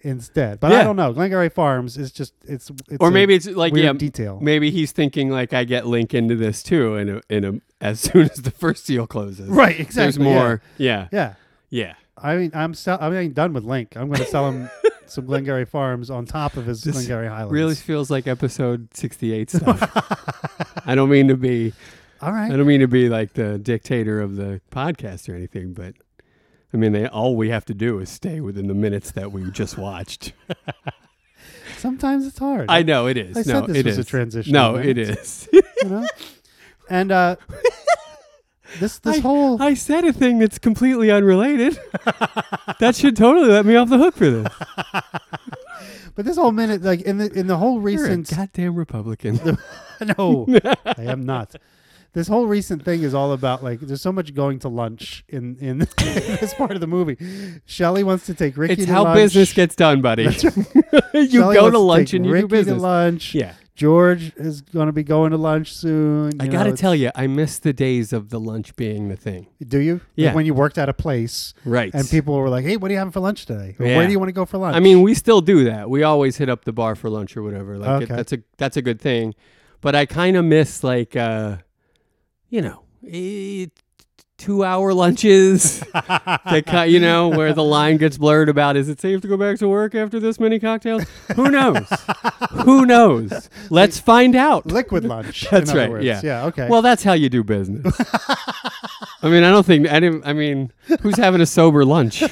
Speaker 1: instead. But I
Speaker 2: Uh-huh. Yeah.
Speaker 1: don't know. Glengarry Farms is just it's, it's
Speaker 2: Or
Speaker 1: a
Speaker 2: maybe it's like
Speaker 1: weird
Speaker 2: yeah,
Speaker 1: detail.
Speaker 2: Maybe he's thinking like I get Link into this too, in a, in a, as *laughs* soon as the first seal closes.
Speaker 1: Right,
Speaker 2: There's
Speaker 1: exactly, yeah.
Speaker 2: more. Yeah.
Speaker 1: yeah.
Speaker 2: Yeah.
Speaker 1: I mean, I'm sell- I mean, done with Link. I'm going to sell
Speaker 2: *laughs*
Speaker 1: him some Glengarry Farms on top of his Glengarry Highlands.
Speaker 2: Really feels like episode 68 stuff.
Speaker 1: *laughs*
Speaker 2: I don't mean to be
Speaker 1: All
Speaker 2: I
Speaker 1: right.
Speaker 2: don't mean to be like the dictator of the podcast or anything, but I mean, they, all we have to do is stay within the minutes that we just watched.
Speaker 1: Sometimes it's hard.
Speaker 2: I know it is.
Speaker 1: I
Speaker 2: no,
Speaker 1: said this
Speaker 2: it
Speaker 1: was a
Speaker 2: is.
Speaker 1: transition,
Speaker 2: No,
Speaker 1: right?
Speaker 2: it is. *laughs*
Speaker 1: You know. And uh, this this
Speaker 2: I-
Speaker 1: whole
Speaker 2: I said a thing that's completely unrelated. *laughs* that should totally let me off the hook for this.
Speaker 1: but this whole minute like in the in the whole
Speaker 2: You're a
Speaker 1: recent
Speaker 2: goddamn Republican.
Speaker 1: *laughs*
Speaker 2: *laughs*
Speaker 1: no, I am not. This whole recent thing is all about like there's so much going to lunch in in, *laughs* this part of the movie. Shelley wants to take Ricky.
Speaker 2: it's
Speaker 1: to
Speaker 2: how
Speaker 1: lunch.
Speaker 2: business gets done, buddy. *laughs* you
Speaker 1: Shelley
Speaker 2: go
Speaker 1: wants
Speaker 2: to lunch
Speaker 1: take
Speaker 2: and you
Speaker 1: Ricky
Speaker 2: do business.
Speaker 1: To lunch.
Speaker 2: Yeah.
Speaker 1: George is going to be going to lunch soon.
Speaker 2: I
Speaker 1: you
Speaker 2: got
Speaker 1: know,
Speaker 2: to
Speaker 1: it's-
Speaker 2: tell you, I miss the days of the lunch being the thing.
Speaker 1: Do you? Like,
Speaker 2: Yeah.
Speaker 1: when you worked at a place,
Speaker 2: Right.
Speaker 1: and people were like, "Hey, what are you having for lunch today? Or, Where
Speaker 2: Yeah.
Speaker 1: do you want to go for lunch?"
Speaker 2: I mean, we still do that. We always hit up the bar for lunch or whatever. Like it-
Speaker 1: Okay.
Speaker 2: that's a that's a good thing. But I kind of miss like uh you know, eh, two hour
Speaker 1: *laughs*
Speaker 2: lunches that kind, you know where the line gets blurred about is it safe to go back to work after this many cocktails? Who knows? Who knows? Let's find out. *laughs*
Speaker 1: liquid lunch. in
Speaker 2: That's
Speaker 1: other
Speaker 2: right.
Speaker 1: words.
Speaker 2: Yeah.
Speaker 1: Yeah. Okay.
Speaker 2: Well, that's how you do business. I mean, I don't think I didn't. I mean, who's having a sober
Speaker 1: *laughs*
Speaker 2: lunch?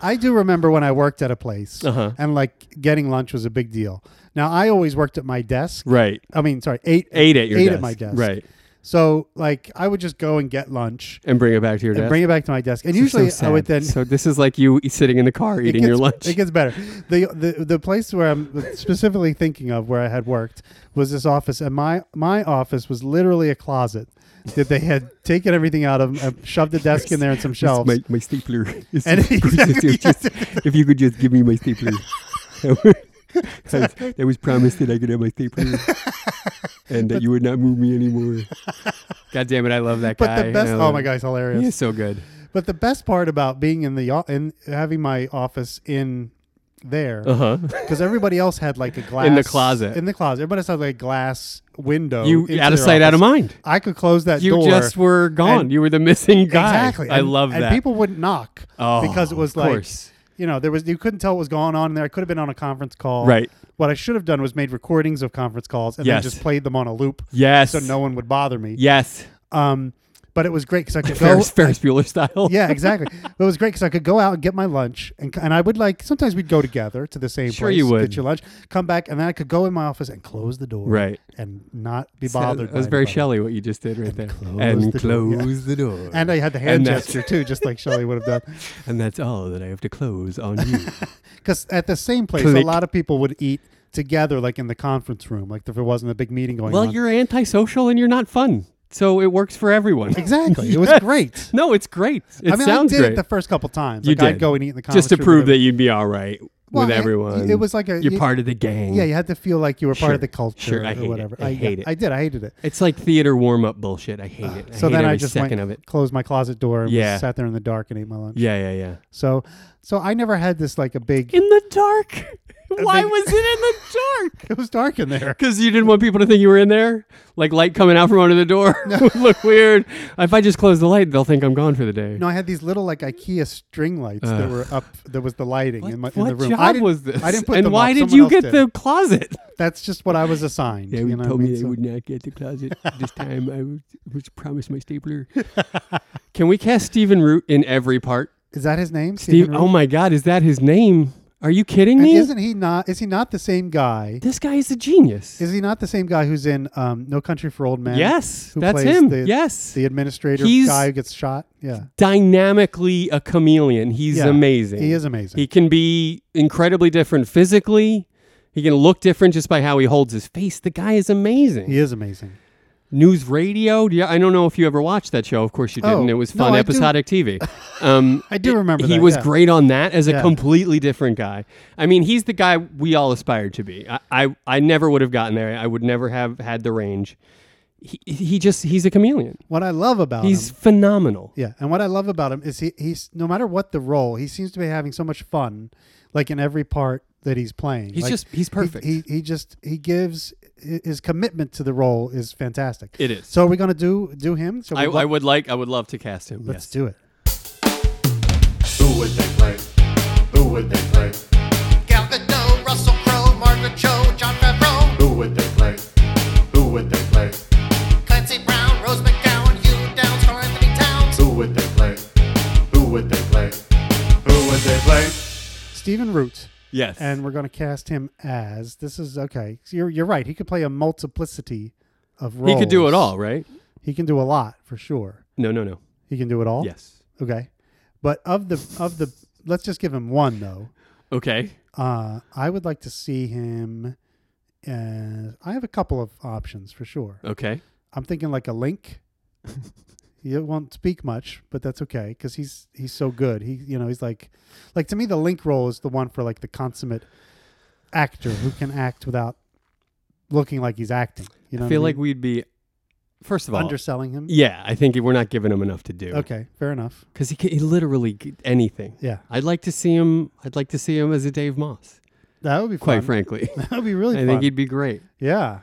Speaker 1: I do remember when I worked at a place
Speaker 2: Uh-huh.
Speaker 1: and like getting lunch was a big deal. Now I always worked at my desk.
Speaker 2: Right.
Speaker 1: I mean, sorry, eight
Speaker 2: Ate at your
Speaker 1: ate
Speaker 2: desk.
Speaker 1: at my desk.
Speaker 2: Right.
Speaker 1: So like I would just go and get lunch
Speaker 2: And bring it back to your
Speaker 1: and
Speaker 2: desk.
Speaker 1: bring it back to my desk. And
Speaker 2: This is so
Speaker 1: usually I would
Speaker 2: sad.
Speaker 1: then
Speaker 2: So this is like you e- sitting in the car
Speaker 1: it
Speaker 2: eating
Speaker 1: gets,
Speaker 2: your lunch.
Speaker 1: It gets better. The, the the place where I'm specifically thinking of where I had worked was this office, and my my office was literally a closet that they had taken everything out of and shoved a desk in there and some shelves.
Speaker 2: My, my
Speaker 1: *laughs*
Speaker 2: stapler. is-
Speaker 1: And- exactly,
Speaker 2: just- if you could just give me my
Speaker 1: *laughs*
Speaker 2: stapler. I was, I was promised that I could have my
Speaker 1: *laughs*
Speaker 2: stapler, and that you would not move me anymore. God damn it! I love that guy.
Speaker 1: but the best,
Speaker 2: I
Speaker 1: oh
Speaker 2: love
Speaker 1: my
Speaker 2: him.
Speaker 1: god, it's hilarious!
Speaker 2: he is so good.
Speaker 1: But the best part about being in the o- in having my office in there
Speaker 2: huh.
Speaker 1: because everybody else had like a glass
Speaker 2: *laughs* In the closet.
Speaker 1: In the closet, everybody else had like a glass window.
Speaker 2: You
Speaker 1: into
Speaker 2: out of
Speaker 1: their
Speaker 2: sight, out of
Speaker 1: Oh, office.
Speaker 2: mind.
Speaker 1: I could close that
Speaker 2: You
Speaker 1: door.
Speaker 2: just were gone.
Speaker 1: and-
Speaker 2: you were the missing guy.
Speaker 1: exactly.
Speaker 2: I
Speaker 1: and,
Speaker 2: love
Speaker 1: and
Speaker 2: that.
Speaker 1: people wouldn't knock
Speaker 2: oh,
Speaker 1: because it was
Speaker 2: of
Speaker 1: like
Speaker 2: course.
Speaker 1: you know there was you couldn't tell what was going on in there. I could have been on a conference call.
Speaker 2: Right.
Speaker 1: What I should have done was made recordings of conference calls and
Speaker 2: Yes.
Speaker 1: then just played them on a loop
Speaker 2: yes.
Speaker 1: so no one would bother me.
Speaker 2: Yes.
Speaker 1: Um, but it was great because I could
Speaker 2: *laughs*
Speaker 1: go.
Speaker 2: Ferris, Ferris Bueller
Speaker 1: *laughs*
Speaker 2: style.
Speaker 1: yeah, exactly. But it was great because I could go out and get my lunch, and and I would like sometimes we'd go together to the same
Speaker 2: Sure
Speaker 1: place,
Speaker 2: you would.
Speaker 1: get your lunch, come back, and then I could go in my office and close the door,
Speaker 2: Right.
Speaker 1: and not be
Speaker 2: So
Speaker 1: bothered.
Speaker 2: That was
Speaker 1: by
Speaker 2: very
Speaker 1: anybody.
Speaker 2: Shelley what you just did right there.
Speaker 1: close
Speaker 2: and
Speaker 1: the door.
Speaker 2: close the door.
Speaker 1: And I had the hand
Speaker 2: And that's-
Speaker 1: gesture too, just like Shelley would have done.
Speaker 2: And that's all that I have to close on you.
Speaker 1: Because at the same place,
Speaker 2: Click.
Speaker 1: a lot of people would eat together, like in the conference room, like if there wasn't a big meeting
Speaker 2: *laughs*
Speaker 1: going
Speaker 2: Well,
Speaker 1: on.
Speaker 2: you're antisocial and you're not fun, so it works for everyone.
Speaker 1: exactly. It was great.
Speaker 2: *laughs* No, it's great. It
Speaker 1: I mean,
Speaker 2: sounds
Speaker 1: I did
Speaker 2: great.
Speaker 1: it the first couple times.
Speaker 2: You
Speaker 1: like, I'd
Speaker 2: did.
Speaker 1: go and eat in the conference
Speaker 2: just to
Speaker 1: room
Speaker 2: prove
Speaker 1: with
Speaker 2: that you'd be all right
Speaker 1: Well,
Speaker 2: with
Speaker 1: it-
Speaker 2: everyone.
Speaker 1: it was like a-
Speaker 2: you're
Speaker 1: you-
Speaker 2: part of the gang.
Speaker 1: them. Yeah, you had to feel like you were part
Speaker 2: Sure.
Speaker 1: of the culture
Speaker 2: Sure, I
Speaker 1: or
Speaker 2: hate it.
Speaker 1: whatever.
Speaker 2: I hate it.
Speaker 1: I did. I hated it.
Speaker 2: It's like theater warm up bullshit. I hate it. I
Speaker 1: Uh, so
Speaker 2: hate
Speaker 1: then
Speaker 2: every
Speaker 1: I just
Speaker 2: second
Speaker 1: went,
Speaker 2: of it.
Speaker 1: closed my closet door and
Speaker 2: Yeah.
Speaker 1: sat there in the dark and ate my lunch.
Speaker 2: Yeah, yeah, yeah.
Speaker 1: So, so I never had this like a big.
Speaker 2: In the dark. Why
Speaker 1: big-
Speaker 2: was it in the dark?
Speaker 1: *laughs* It was dark in there.
Speaker 2: Because you didn't want people to think you were in there. Like light coming out from under the
Speaker 1: *laughs*
Speaker 2: door *laughs* would look weird. If I just close the light, they'll think I'm gone for the day.
Speaker 1: No, I had these little like IKEA string lights that were up. There was the lighting in, my, in
Speaker 2: what
Speaker 1: the room.
Speaker 2: job
Speaker 1: I didn't,
Speaker 2: was this?
Speaker 1: I didn't put
Speaker 2: and
Speaker 1: them
Speaker 2: why
Speaker 1: up.
Speaker 2: did
Speaker 1: Someone
Speaker 2: you
Speaker 1: else
Speaker 2: get
Speaker 1: did.
Speaker 2: the
Speaker 1: *laughs*
Speaker 2: closet?
Speaker 1: That's just what I was assigned.
Speaker 2: They
Speaker 1: you know
Speaker 2: told
Speaker 1: what I
Speaker 2: me
Speaker 1: mean?
Speaker 2: they
Speaker 1: So-
Speaker 2: would not get the
Speaker 1: *laughs*
Speaker 2: closet this time. I was, was promised my stapler. Can we cast Stephen Root in every part?
Speaker 1: Is that his name?
Speaker 2: Steve,
Speaker 1: Stephen
Speaker 2: oh
Speaker 1: Root?
Speaker 2: my God, is that his name? Are you kidding
Speaker 1: And
Speaker 2: me?
Speaker 1: isn't he not? Is he not the same guy?
Speaker 2: This guy is a genius.
Speaker 1: Is he not the same guy who's in um, No Country for Old Men?
Speaker 2: yes,
Speaker 1: who
Speaker 2: that's
Speaker 1: plays
Speaker 2: him.
Speaker 1: the-
Speaker 2: yes.
Speaker 1: the administrator
Speaker 2: He's-
Speaker 1: guy who gets shot. Yeah,
Speaker 2: Dynamically a chameleon. He's
Speaker 1: Yeah,
Speaker 2: amazing.
Speaker 1: he is amazing.
Speaker 2: He can be incredibly different physically. He can look different just by how he holds his face. The guy is amazing.
Speaker 1: he is amazing.
Speaker 2: News radio. Yeah, I don't know if you ever watched that show. Of course you
Speaker 1: Oh,
Speaker 2: didn't. It was
Speaker 1: no,
Speaker 2: fun
Speaker 1: I do-
Speaker 2: episodic
Speaker 1: *laughs*
Speaker 2: TV. Um,
Speaker 1: I do remember
Speaker 2: he
Speaker 1: that,
Speaker 2: was
Speaker 1: yeah.
Speaker 2: great on that as a
Speaker 1: Yeah.
Speaker 2: completely different guy. I mean, he's the guy we all aspired to be. I, I, I never would have gotten there. I would never have had the range. He, he just he's a chameleon.
Speaker 1: What I love about
Speaker 2: He's
Speaker 1: him,
Speaker 2: phenomenal.
Speaker 1: yeah, and what I love about him is he he's no matter what the role, he seems to be having so much fun, like in every part that he's playing.
Speaker 2: He's
Speaker 1: Like,
Speaker 2: just- he's
Speaker 1: he-
Speaker 2: perfect.
Speaker 1: He, he just he gives hi- his commitment to the role is fantastic.
Speaker 2: It is.
Speaker 1: So are we gonna do do him? So
Speaker 2: I,
Speaker 1: we-
Speaker 2: I would like I would love to cast him.
Speaker 1: let's
Speaker 2: yes.
Speaker 1: do it.
Speaker 4: Who would they play? Who would they play?
Speaker 5: Gal Gadot, Russell Crowe, Margaret Cho, John Favreau,
Speaker 4: Who would they play? Who would they play?
Speaker 5: Clancy Brown, Rose McGowan, Hugh Downs, Carl Anthony Towns.
Speaker 4: Who would they play? Who would they play? Who would they play?
Speaker 1: Stephen Root.
Speaker 2: Yes.
Speaker 1: and we're going to cast him as this is okay. So you're you're right. He could play a multiplicity of roles.
Speaker 2: he could do it all, right?
Speaker 1: He can do a lot for sure.
Speaker 2: No, no, no.
Speaker 1: He can do it all.
Speaker 2: Yes.
Speaker 1: Okay. But of the of the let's just give him one though.
Speaker 2: Okay.
Speaker 1: Uh, I would like to see him. Uh, I have a couple of options for sure.
Speaker 2: Okay.
Speaker 1: I'm thinking like a
Speaker 2: *laughs*
Speaker 1: Link. he won't speak much, but that's okay because he's he's so good. He you know he's like like to me the Link role is the one for like the consummate actor who can act without looking like he's acting. You know,
Speaker 2: I
Speaker 1: what
Speaker 2: feel like
Speaker 1: mean?
Speaker 2: we'd be first of all.
Speaker 1: underselling him.
Speaker 2: yeah, I think we're not giving him enough to do.
Speaker 1: Okay, fair enough.
Speaker 2: Because he can he literally could- anything.
Speaker 1: Yeah,
Speaker 2: I'd like to see him. I'd like to see him as a Dave Moss.
Speaker 1: that would be
Speaker 2: Quite
Speaker 1: fun. *laughs*
Speaker 2: frankly,
Speaker 1: That would be really
Speaker 2: I
Speaker 1: fun.
Speaker 2: think he'd be great.
Speaker 1: yeah,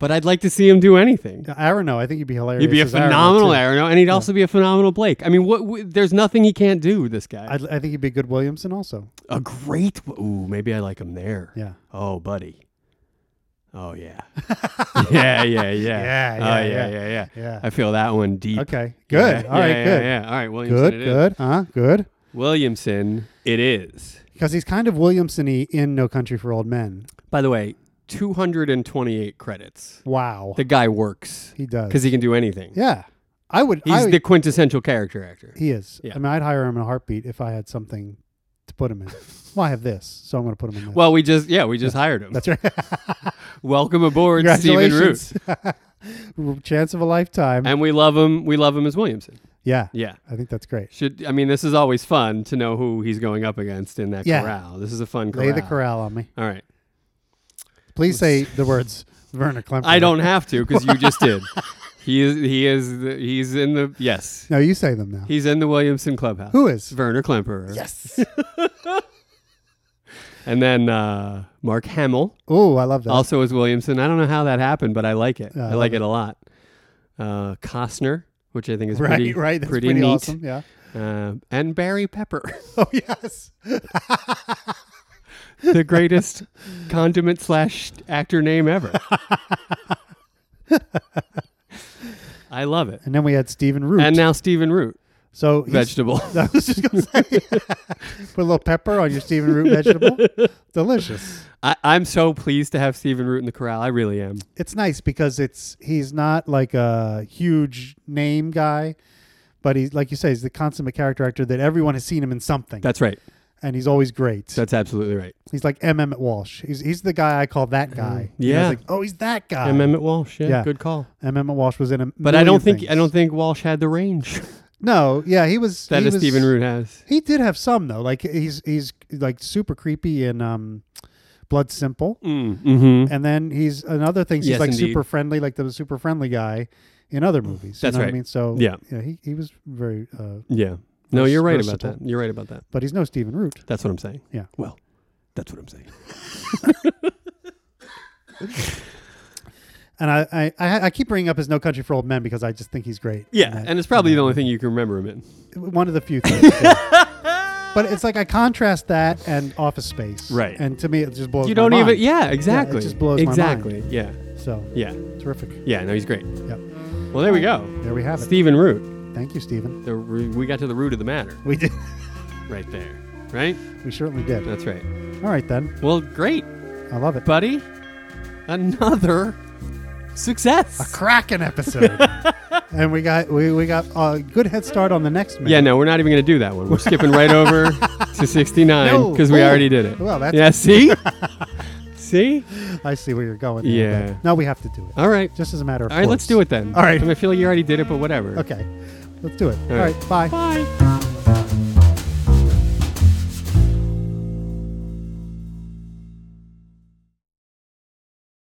Speaker 2: But I'd like to see him do anything.
Speaker 1: Aronow. I think he'd be hilarious.
Speaker 2: He'd be a
Speaker 1: as Aronow,
Speaker 2: phenomenal
Speaker 1: too.
Speaker 2: Aronow, and he'd also be a phenomenal Blake. I mean, what? W- there's nothing he can't do. This guy,
Speaker 1: I'd- I think he'd be a good Williamson also.
Speaker 2: A great. Ooh, maybe I like him there.
Speaker 1: Yeah.
Speaker 2: Oh, buddy. Oh
Speaker 1: *laughs*
Speaker 2: yeah. yeah, yeah, yeah. oh,
Speaker 1: Yeah, yeah,
Speaker 2: yeah,
Speaker 1: yeah.
Speaker 2: yeah, yeah,
Speaker 1: Yeah.
Speaker 2: I feel that one deep.
Speaker 1: Okay, good.
Speaker 2: Yeah,
Speaker 1: All right,
Speaker 2: yeah,
Speaker 1: good.
Speaker 2: Yeah, yeah. All right, Williamson.
Speaker 1: Good,
Speaker 2: it is.
Speaker 1: good, huh? Good.
Speaker 2: Williamson, it is.
Speaker 1: Because he's kind of Williamson-y in No Country for Old Men.
Speaker 2: By the way, 228 credits.
Speaker 1: Wow.
Speaker 2: The guy works
Speaker 1: he does.
Speaker 2: because he can do anything.
Speaker 1: yeah. I would.
Speaker 2: He's
Speaker 1: I,
Speaker 2: the quintessential character actor.
Speaker 1: he is.
Speaker 2: Yeah.
Speaker 1: I mean, I'd hire him in a heartbeat if I had something to put him in. well, I have this, so I'm going to put him in this.
Speaker 2: Well, we just yeah, we just hired him.
Speaker 1: that's right. *laughs*
Speaker 2: Welcome aboard, Stephen Root.
Speaker 1: Congratulations. *laughs* Chance of a lifetime.
Speaker 2: And we love him. We love him as Williamson.
Speaker 1: yeah.
Speaker 2: Yeah.
Speaker 1: I think that's great.
Speaker 2: Should I mean this is always fun to know who he's going up against in that
Speaker 1: Yeah.
Speaker 2: corral. This is a fun corral.
Speaker 1: Lay the corral on me.
Speaker 2: All right.
Speaker 1: Please say
Speaker 2: *laughs*
Speaker 1: the words Werner Klemperer.
Speaker 2: I don't have to because you just
Speaker 1: *laughs*
Speaker 2: did. He is he is the, he's in the yes.
Speaker 1: No, you say them now.
Speaker 2: He's in the Williamson clubhouse.
Speaker 1: Who is?
Speaker 2: Werner Klemperer? Yes. *laughs* and then uh, Mark Hamill
Speaker 1: Oh, I love that.
Speaker 2: also is Williamson. I don't know how that happened, but I like it.
Speaker 1: Yeah, I
Speaker 2: I like
Speaker 1: love
Speaker 2: it a lot. Uh, Costner, which I think is
Speaker 1: *laughs* right,
Speaker 2: pretty
Speaker 1: right. That's
Speaker 2: pretty,
Speaker 1: pretty,
Speaker 2: neat.
Speaker 1: awesome. Yeah. *laughs*
Speaker 2: Uh, and Barry Pepper, *laughs*
Speaker 1: Oh yes.
Speaker 2: the
Speaker 1: *laughs*
Speaker 2: greatest condiment slash actor name ever. I love it.
Speaker 1: And then we had Stephen Root.
Speaker 2: And now Stephen Root,
Speaker 1: so he's-
Speaker 2: vegetable.
Speaker 1: *laughs*
Speaker 2: *laughs*
Speaker 1: I was just gonna say, *laughs* put a little pepper on your Stephen Root vegetable.
Speaker 2: *laughs*
Speaker 1: Delicious.
Speaker 2: I, I'm so pleased to have Stephen Root in the corral. I really am.
Speaker 1: It's nice because it's he's not like a huge name guy, but he's like you say, he's the consummate character actor that everyone has seen him in something,
Speaker 2: That's right.
Speaker 1: and he's always great.
Speaker 2: That's absolutely right.
Speaker 1: he's like M. Emmett Walsh. He's he's the guy I call that guy. And I was
Speaker 2: Mm, Yeah.
Speaker 1: like, oh, he's that guy.
Speaker 2: M. Emmett Walsh. Yeah,
Speaker 1: yeah.
Speaker 2: good call.
Speaker 1: M. Emmett Walsh was in a.
Speaker 2: But I don't
Speaker 1: million
Speaker 2: think I
Speaker 1: things.
Speaker 2: don't think Walsh had the
Speaker 1: *laughs*
Speaker 2: range
Speaker 1: No, yeah, he was.
Speaker 2: that
Speaker 1: he
Speaker 2: a
Speaker 1: was-
Speaker 2: Stephen Root has.
Speaker 1: He did have some though. Like he's he's like super creepy in um, Blood Simple,
Speaker 2: hmm
Speaker 1: and then he's another thing. He's
Speaker 2: Yes,
Speaker 1: like
Speaker 2: indeed. Mm.
Speaker 1: super friendly, like the super friendly guy in other movies.
Speaker 2: That's
Speaker 1: you know What I
Speaker 2: right.
Speaker 1: mean, so
Speaker 2: Yeah.
Speaker 1: he he was very, uh,
Speaker 2: Yeah. No, you're right about
Speaker 1: versatile.
Speaker 2: that. You're right about that.
Speaker 1: but he's no Stephen Root.
Speaker 2: That's what I'm saying.
Speaker 1: Yeah.
Speaker 2: Well, that's what I'm saying.
Speaker 1: And I, I I I keep bringing up his No Country for Old Men because I just think he's great.
Speaker 2: *laughs* Yeah,
Speaker 1: I-
Speaker 2: and it's probably the only thing you can remember him in.
Speaker 1: one of the few things.
Speaker 2: *laughs*
Speaker 1: yeah. But it's like I contrast that and Office Space,
Speaker 2: Right.
Speaker 1: And to me, it just blows.
Speaker 2: You
Speaker 1: my
Speaker 2: don't even.
Speaker 1: mind.
Speaker 2: Yeah, exactly.
Speaker 1: just blows my mind.
Speaker 2: exactly. Yeah.
Speaker 1: So
Speaker 2: Yeah.
Speaker 1: terrific.
Speaker 2: Yeah. No, he's great.
Speaker 1: Yep.
Speaker 2: Well, there we go.
Speaker 1: There we have it.
Speaker 2: Stephen Root.
Speaker 1: Thank you, Stephen.
Speaker 2: The, roo- we got to the root of the matter
Speaker 1: We did. *laughs*
Speaker 2: right there. Right.
Speaker 1: We certainly did.
Speaker 2: That's right.
Speaker 1: All right then.
Speaker 2: Well, great,
Speaker 1: I love it.
Speaker 2: buddy. Another success. *laughs*
Speaker 1: Kraken episode. and we got we, we got a good head start on the next man.
Speaker 2: Yeah, no, we're not even going to do that one. We're skipping right over to 69
Speaker 1: No.
Speaker 2: because we
Speaker 1: Oh.
Speaker 2: already did it.
Speaker 1: Well, that's-
Speaker 2: yeah, see? see?
Speaker 1: I see where you're going. there,
Speaker 2: Yeah.
Speaker 1: but No, we have to do it.
Speaker 2: All right.
Speaker 1: Just as a matter of
Speaker 2: All right, let's do it then.
Speaker 1: All right.
Speaker 2: I, mean, I feel like you already did it, but whatever.
Speaker 1: Okay. Let's do it. All
Speaker 2: right.
Speaker 1: right. Bye.
Speaker 2: Bye.